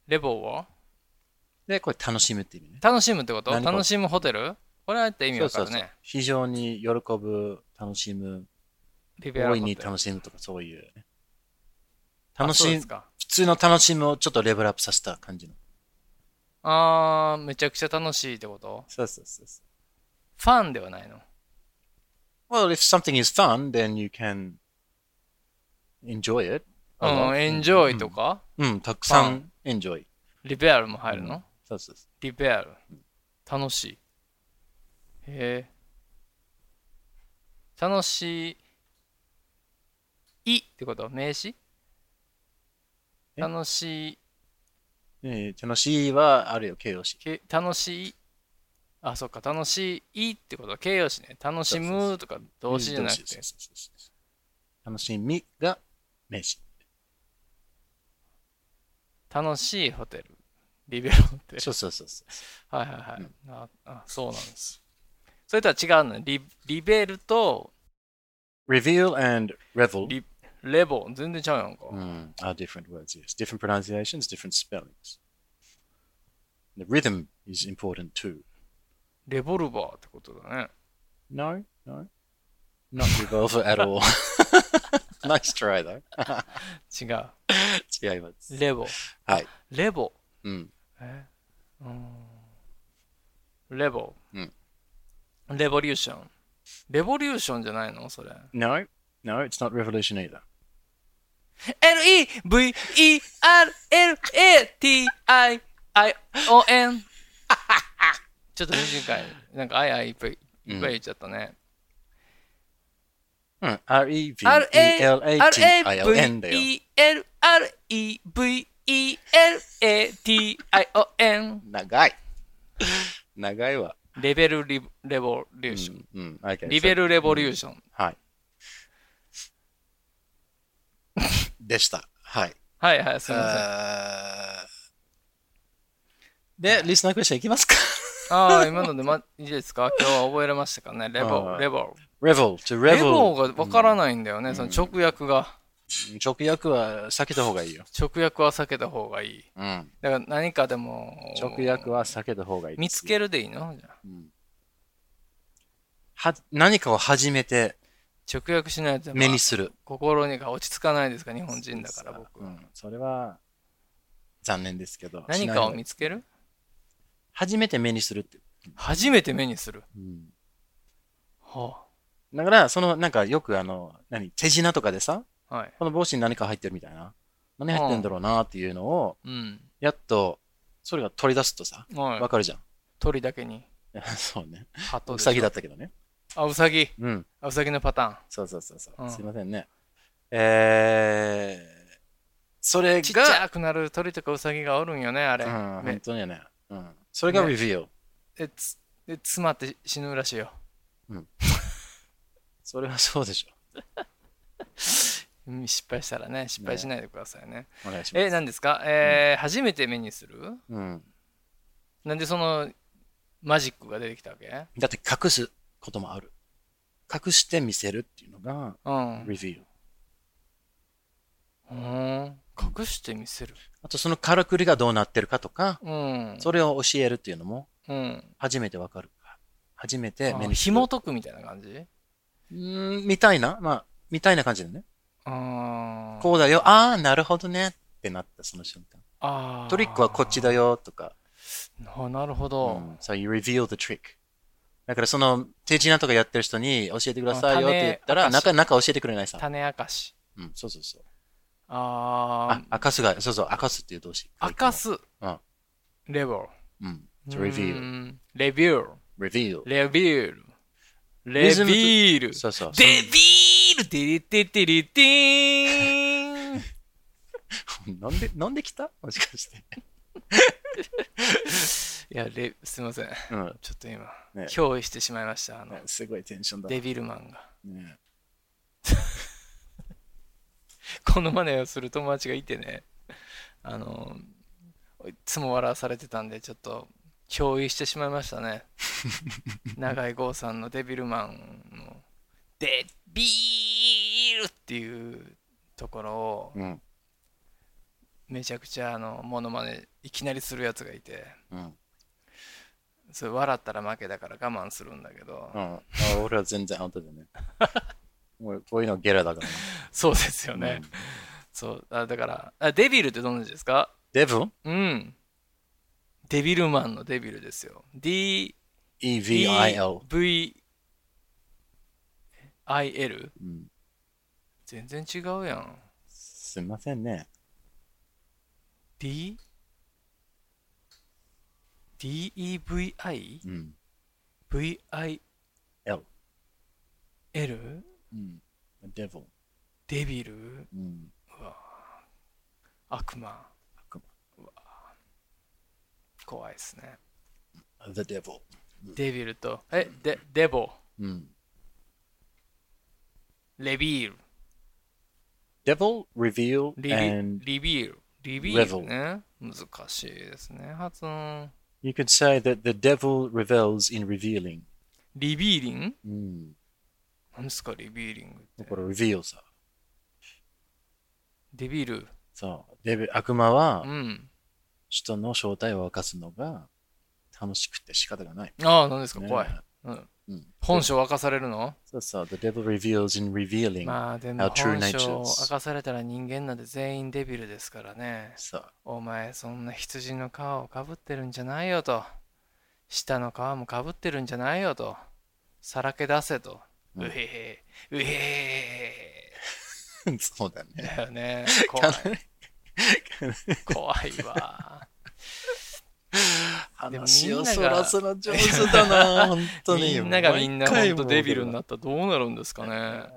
Speaker 1: レボを
Speaker 2: で、これ楽しむって意味ね。
Speaker 1: 楽しむってこと
Speaker 2: 何か
Speaker 1: 楽しむホテルこれはって意味わかるね。
Speaker 2: 非常に喜ぶ、楽しむ、
Speaker 1: リベラ
Speaker 2: 大
Speaker 1: ホテ
Speaker 2: い
Speaker 1: ル
Speaker 2: に楽しむとかそういうね、
Speaker 1: あ
Speaker 2: 楽し
Speaker 1: そうで
Speaker 2: む
Speaker 1: す、か
Speaker 2: 普通の楽しむをちょっとレベルアップさせた感じの。
Speaker 1: あー、めちゃくちゃ楽しいってこと
Speaker 2: そうそうそうそう。
Speaker 1: ファンではないの。
Speaker 2: Well, if something is fun, then you can enjoy it.
Speaker 1: うん、エンジョイとか、
Speaker 2: うん、うん、たくさん enjoy。
Speaker 1: リベラルも入るの、
Speaker 2: そうそうそ
Speaker 1: リベラル。楽しい。へえ。楽しい。いってこと名詞
Speaker 2: え
Speaker 1: 楽しい。
Speaker 2: う。えー楽しいはあるよ、形容詞。
Speaker 1: け楽しい。あ、そっか、楽しいってことは形容詞ね。楽しむとか動詞じゃなく
Speaker 2: うん
Speaker 1: て
Speaker 2: 動詞。そうそうそうそう楽しみが名詞。
Speaker 1: 楽しいホテル。リベロホテル。
Speaker 2: そうそうそうそう。
Speaker 1: はいはいはい、
Speaker 2: うん
Speaker 1: あ。あそうなんです。それとは違うのねリリベルと
Speaker 2: reveal and revel
Speaker 1: リレボ。全然違うやんか。
Speaker 2: mm, are different words, yes. Different pronunciations, different spellings. The rhythm is important too.
Speaker 1: レボルバーってことだね。
Speaker 2: No, no. Not revolver at all. (laughs) nice try though.
Speaker 1: 違う。
Speaker 2: 違います。
Speaker 1: レボ。
Speaker 2: はい。
Speaker 1: レボ。
Speaker 2: うん。
Speaker 1: えうん。レボ。
Speaker 2: うん
Speaker 1: レボリューション。レボリューションじゃないのそれ。
Speaker 2: No, no, it's not revolution either.
Speaker 1: L-E-V-E-R-L-A-T-I-I-O-N (laughs) ちょっと短い。なんか、あいあいいっぱいいっぱい言っちゃったね。
Speaker 2: Hmm, E R-E-V-E-L-A-T-I-O-N だよ。
Speaker 1: R-A-V-E-R-E-V-E-L-A-T-I-O-N
Speaker 2: 長い。長いわ。
Speaker 1: レベルリレボリューション。
Speaker 2: うん、うん。Okay, Mm,
Speaker 1: リベルレボリューション。
Speaker 2: そう。はい。でした。はい。
Speaker 1: はいはい、すみません。あ
Speaker 2: あーで、リスナークエスチョンいきます (laughs) か
Speaker 1: あー、今ので、ま、いいです
Speaker 2: (laughs)
Speaker 1: か今日は覚えれましたかねレ
Speaker 2: あ
Speaker 1: ボ、
Speaker 2: ー
Speaker 1: レボ。
Speaker 2: ?Revel to
Speaker 1: レボ
Speaker 2: revel.
Speaker 1: がわからないんだよね、その直訳が。
Speaker 2: 直訳は避けた方がいいよ。
Speaker 1: 直訳は避けた方がいい。
Speaker 2: うん。
Speaker 1: だから何かでも
Speaker 2: 直訳は避けた方がいい。
Speaker 1: 見つけるでいいのじゃあ
Speaker 2: は何かを始めて
Speaker 1: 直訳しないと、まあ
Speaker 2: 目にする。
Speaker 1: 心にが落ち着かないですか日本人だから僕、
Speaker 2: うんそれは残念ですけど。
Speaker 1: 何かを見つける
Speaker 2: 初めて目にするって。
Speaker 1: 初めて目にする、
Speaker 2: うん
Speaker 1: は
Speaker 2: だから、その、なんかよくあの、何、手品とかでさ、
Speaker 1: あ、はい
Speaker 2: この帽子に何か入ってるみたいな。何入ってるんだろうなっていうのを、
Speaker 1: うん
Speaker 2: やっと、それが取り出すとさ、わ
Speaker 1: はい
Speaker 2: かるじゃん。 (laughs)
Speaker 1: 鳥だけに
Speaker 2: そうね。
Speaker 1: 鳩
Speaker 2: う
Speaker 1: でしょ
Speaker 2: さぎだったけどね。
Speaker 1: あウサギ
Speaker 2: うん。
Speaker 1: あウサギのパターン
Speaker 2: そうそうそうそう、
Speaker 1: うん
Speaker 2: すいませんね。えー、それが、
Speaker 1: ちっちゃくなる鳥とかウサギがおるんよねあれ、
Speaker 2: うん、
Speaker 1: め
Speaker 2: 本当にね。うん。それが
Speaker 1: ね
Speaker 2: reveal。
Speaker 1: えつえ詰まって死ぬらしいよ
Speaker 2: それはそうでしょ。
Speaker 1: うん失敗したらね失敗しないでくださいね
Speaker 2: お願いします。
Speaker 1: え何ですかえー初めて目にする
Speaker 2: うん。
Speaker 1: なんでそのマジックが出てきたわけ
Speaker 2: だって隠すこともある。隠して見せるっていうのが
Speaker 1: うん。
Speaker 2: reveal。
Speaker 1: うん隠して見せる。
Speaker 2: あとそのからくりがどうなってるかとか、
Speaker 1: うん。
Speaker 2: それを教えるっていうのも
Speaker 1: うん。
Speaker 2: 初めてわかるか。初めて
Speaker 1: あ
Speaker 2: 目にする。
Speaker 1: 紐解くみたいな感じ
Speaker 2: うんみたいな、まあ、みたいな感じでね。
Speaker 1: あー
Speaker 2: こうだよ、ああ、なるほどねってなったその瞬間。
Speaker 1: あー。
Speaker 2: トリックはこっちだよとか。
Speaker 1: あ。なるほど。
Speaker 2: So you reveal the trick. だからその手品とかやってる人に教えてくださいよって言った
Speaker 1: あ
Speaker 2: ら、
Speaker 1: 種
Speaker 2: 中、中教えてくれないさ。
Speaker 1: 種明かし。
Speaker 2: うん、そうそうそう。
Speaker 1: あ
Speaker 2: あ、明かすが、そうそう、明かすっていう動詞。
Speaker 1: あ、明か。す。
Speaker 2: うん
Speaker 1: レボ
Speaker 2: うん。
Speaker 1: ー。
Speaker 2: reveal,
Speaker 1: ル。レビュー。
Speaker 2: reveal.
Speaker 1: レビュール。レ
Speaker 2: リズムと
Speaker 1: ビール。
Speaker 2: そうそう。
Speaker 1: デビールティリティティリティ
Speaker 2: (laughs)
Speaker 1: ーン
Speaker 2: なんで、なんで来たもしかして。
Speaker 1: いや、レすいません。ち
Speaker 2: うん。
Speaker 1: ょっと今、
Speaker 2: ね
Speaker 1: 憑依してしまいました。あの
Speaker 2: ね、すごいテンションだ。
Speaker 1: デビルマンが。
Speaker 2: ね
Speaker 1: (laughs) このマネをする友達がいてね、あの、いつも笑わされてたんで、ちょっと共有してしまいました
Speaker 2: (laughs)
Speaker 1: ね。永井豪さんのデビルマンの、デビールっていうところを、
Speaker 2: うん。
Speaker 1: めちゃくちゃあの、モノマネいきなりするやつがいて、
Speaker 2: うん。
Speaker 1: それ笑ったら負けだから我慢するんだけど
Speaker 2: う、ん。あ俺は全然アウトだ (laughs) ね。もうこういうのゲラだからね。
Speaker 1: そうですよね。
Speaker 2: うん
Speaker 1: そう、あだからあ、デビルってどんな字ですか
Speaker 2: デブン
Speaker 1: うん。デビルマンのデビルですよ。D
Speaker 2: ?EVIL。
Speaker 1: VIL?
Speaker 2: うん
Speaker 1: 全然違うやん。
Speaker 2: すいませんね。
Speaker 1: D? DEVI?
Speaker 2: うん。
Speaker 1: VIL?
Speaker 2: L。うん。デブン。
Speaker 1: デビル
Speaker 2: うん。
Speaker 1: 悪魔
Speaker 2: 悪魔
Speaker 1: 怖いですね。
Speaker 2: The devil。
Speaker 1: デビルと、え、デデボ、
Speaker 2: うん。
Speaker 1: レビール、
Speaker 2: devil, reveal,
Speaker 1: リビ
Speaker 2: and
Speaker 1: リビール、リビールね。難しいですね、発音。
Speaker 2: you could say that the devil revels in revealing.
Speaker 1: リビーリン
Speaker 2: うん。
Speaker 1: 何ですか、リビーリングって
Speaker 2: こ。れ reveal さ。
Speaker 1: デビル。
Speaker 2: そう。デビ悪魔は
Speaker 1: うん。
Speaker 2: 人の正体を明かすのが楽しくて仕方がない。
Speaker 1: ああ、何ですか、
Speaker 2: ね
Speaker 1: 怖い。うん
Speaker 2: うん。
Speaker 1: 本性を明かされるの
Speaker 2: そうそう。The devil reveals in revealing.
Speaker 1: まあでも
Speaker 2: Our true
Speaker 1: 本性
Speaker 2: natures.
Speaker 1: を明かされたら人間なんて全員デビルですからね。
Speaker 2: そう。
Speaker 1: お前そんな羊の皮をかぶってるんじゃないよと。舌の皮もかぶってるんじゃないよと。さらけ出せと。う
Speaker 2: う
Speaker 1: んへへ。うへへ。
Speaker 2: (laughs) そうだね。
Speaker 1: だよね。怖い。 (laughs) 怖い
Speaker 2: (laughs)
Speaker 1: わ。でもみん
Speaker 2: 話
Speaker 1: なが
Speaker 2: をそらそら上手だな、本当
Speaker 1: み
Speaker 2: に。
Speaker 1: んながみんな本当デビルに
Speaker 2: な
Speaker 1: なったらどうなるんですかね。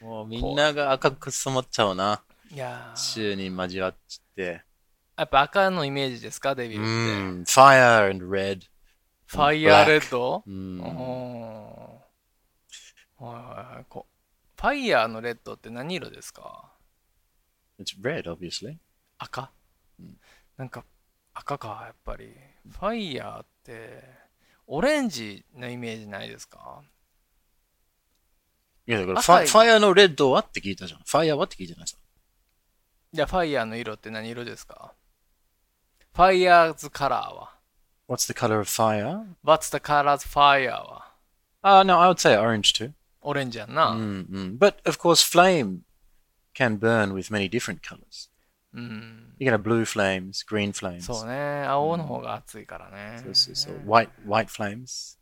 Speaker 2: もうみんなが赤く染まっちゃうな。
Speaker 1: いやー
Speaker 2: 宙に交わっちって。
Speaker 1: やっぱ赤のイメージですか、デビ
Speaker 2: う
Speaker 1: ルって。
Speaker 2: ん。fire and red.
Speaker 1: ファイヤーレッド
Speaker 2: う
Speaker 1: うんん。はいはいはい。こファイヤーのレッドって何色ですか
Speaker 2: It's red, obviously.
Speaker 1: 赤なんか赤か、やっぱり。ファイヤーってオレンジのイメージないですか
Speaker 2: いや、だからフ
Speaker 1: 赤
Speaker 2: ァ、
Speaker 1: い
Speaker 2: ファイヤーのレッドはって聞いたじゃん。ファイヤーはって聞いてないさ。
Speaker 1: じゃあファイヤーの色って何色ですかファイヤーズカラーは
Speaker 2: What's the color of fire?
Speaker 1: ?What's the colors fire は
Speaker 2: Uh, no, I would say orange too.
Speaker 1: オレンジやんな。
Speaker 2: Mm, mm. But of course, flame can burn with many different colors.
Speaker 1: うん。
Speaker 2: You can have blue flames, green flames.
Speaker 1: そうね、青の方が熱いからね。
Speaker 2: そうそうそう。white, white flames.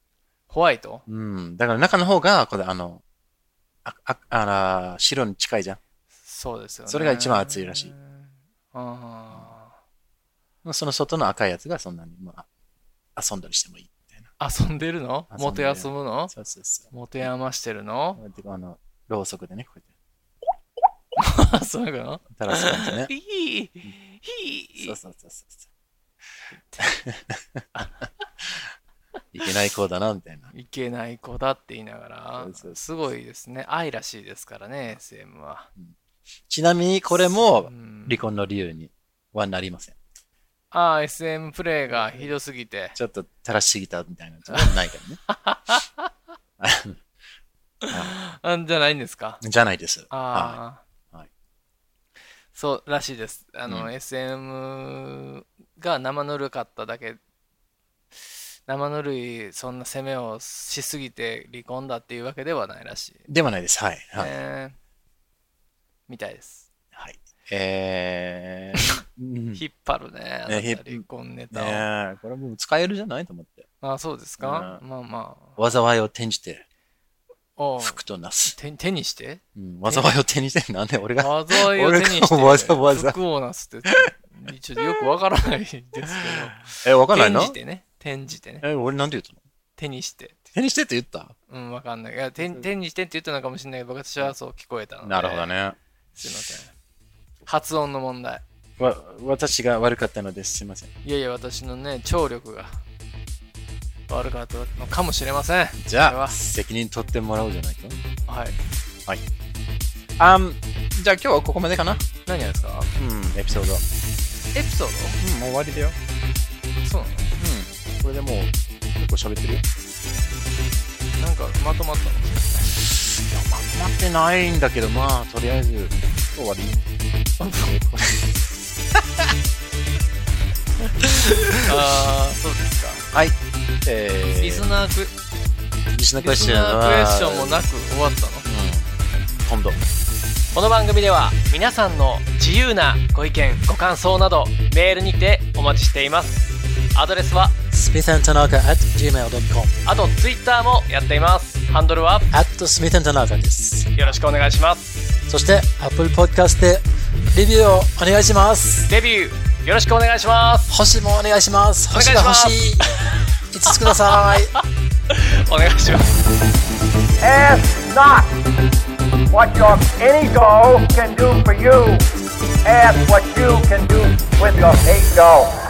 Speaker 1: ホワイト
Speaker 2: うん。だから中の方が、これ、あの、あ、あ、あら、白に近いじゃん。
Speaker 1: そうですよね。
Speaker 2: それが一番熱いらしい。
Speaker 1: あ
Speaker 2: その外の赤いやつがそんなに、まあ、遊んだりしてもいいみたいな。
Speaker 1: あ遊んでるの
Speaker 2: 遊んでる
Speaker 1: もて遊ぶの
Speaker 2: そうそうそう。
Speaker 1: もて余してるの
Speaker 2: こうやってあの、ろうそくでね、こうやって。
Speaker 1: (laughs) そういうの
Speaker 2: 垂らす感じね。 (laughs)
Speaker 1: ヒーヒ
Speaker 2: そう
Speaker 1: ー
Speaker 2: そうそうそうそう。いけない子だな、みたいな。
Speaker 1: いけない子だって言いながら
Speaker 2: そうそうそう、
Speaker 1: すごいですね。愛らしいですからね、SM は。
Speaker 2: ちなみにこれも
Speaker 1: うん
Speaker 2: 離婚の理由にはなりません。
Speaker 1: ああ、SM プレイがひどすぎて。
Speaker 2: ちょっと垂らしすぎたみたいなやつはないからね。
Speaker 1: あんじゃないんですか
Speaker 2: じゃないです。は
Speaker 1: ああ、
Speaker 2: はい
Speaker 1: そうらしいです。あの、
Speaker 2: うん
Speaker 1: SM が生ぬるかっただけ、生ぬるいそんな攻めをしすぎて離婚だっていうわけではないらしい。
Speaker 2: いではないです。はい。はい。
Speaker 1: ねみたいです。
Speaker 2: はい、えー (laughs) うん。ね
Speaker 1: 引っ張るね、あなた
Speaker 2: ね引
Speaker 1: 離
Speaker 2: っ
Speaker 1: 婚ネタを。
Speaker 2: えこれもう使えるじゃないと思って。
Speaker 1: あそうですか、まあまあ。
Speaker 2: 災いを転じて。
Speaker 1: おう
Speaker 2: 服となす。
Speaker 1: 手手にして
Speaker 2: うん、災いを手にして、なんで俺が、
Speaker 1: 災いを手にして
Speaker 2: 俺がわざわざ
Speaker 1: 服をなすってちょっとよくわからないですけど
Speaker 2: え、わかんない
Speaker 1: 転
Speaker 2: の
Speaker 1: じてね転じてね
Speaker 2: え、俺なんて言ったの
Speaker 1: 手にして
Speaker 2: 手にしてって言った
Speaker 1: うんわかんないいや手手にしてって言ったのかもしれないけど私はそう聞こえたので
Speaker 2: なるほどね。
Speaker 1: すいません発音の問題
Speaker 2: わ、私が悪かったのです。すいません。
Speaker 1: いやいや私のね聴力が悪かったのかもしれませんこ
Speaker 2: じ
Speaker 1: れ
Speaker 2: ゃ
Speaker 1: は
Speaker 2: あ、責任取ってもらおうじゃないか。
Speaker 1: はい
Speaker 2: あん、じゃあ今日はここまでかな。
Speaker 1: 何がですか
Speaker 2: うん、エピソード。う
Speaker 1: エピソー
Speaker 2: ん、もう終わりだよ。
Speaker 1: ドそうなの
Speaker 2: うん、これでもう、結構喋ってるよ。
Speaker 1: なんかまとまったの
Speaker 2: いや、まとまってないんだけど、まあ、とりあえず、終 (laughs) わり。えこれ
Speaker 1: ああそうですか
Speaker 2: はい。えー、
Speaker 1: リスナーク
Speaker 2: リスナークエ
Speaker 1: リ
Speaker 2: ス
Speaker 1: ス
Speaker 2: チョン
Speaker 1: ナー
Speaker 2: は
Speaker 1: クエスチョンもなく終わったの
Speaker 2: うん、今度。
Speaker 1: この番組では皆さんの自由なご意見ご感想などメールにてお待ちしていますアドレスは
Speaker 2: smithandtanaka at gmail.com
Speaker 1: あとツイッターもやっていますハンドルは
Speaker 2: at smithandtanaka です。
Speaker 1: よろしくお願いします
Speaker 2: そして、Apple Podcast でレビューをお願いします。
Speaker 1: デビューよろしくお願いします
Speaker 2: 星もお願いします。星が欲しい。5つください。
Speaker 1: お願いします
Speaker 6: Ask not what your any doll can do for you. Ask what you can do with your eight doll.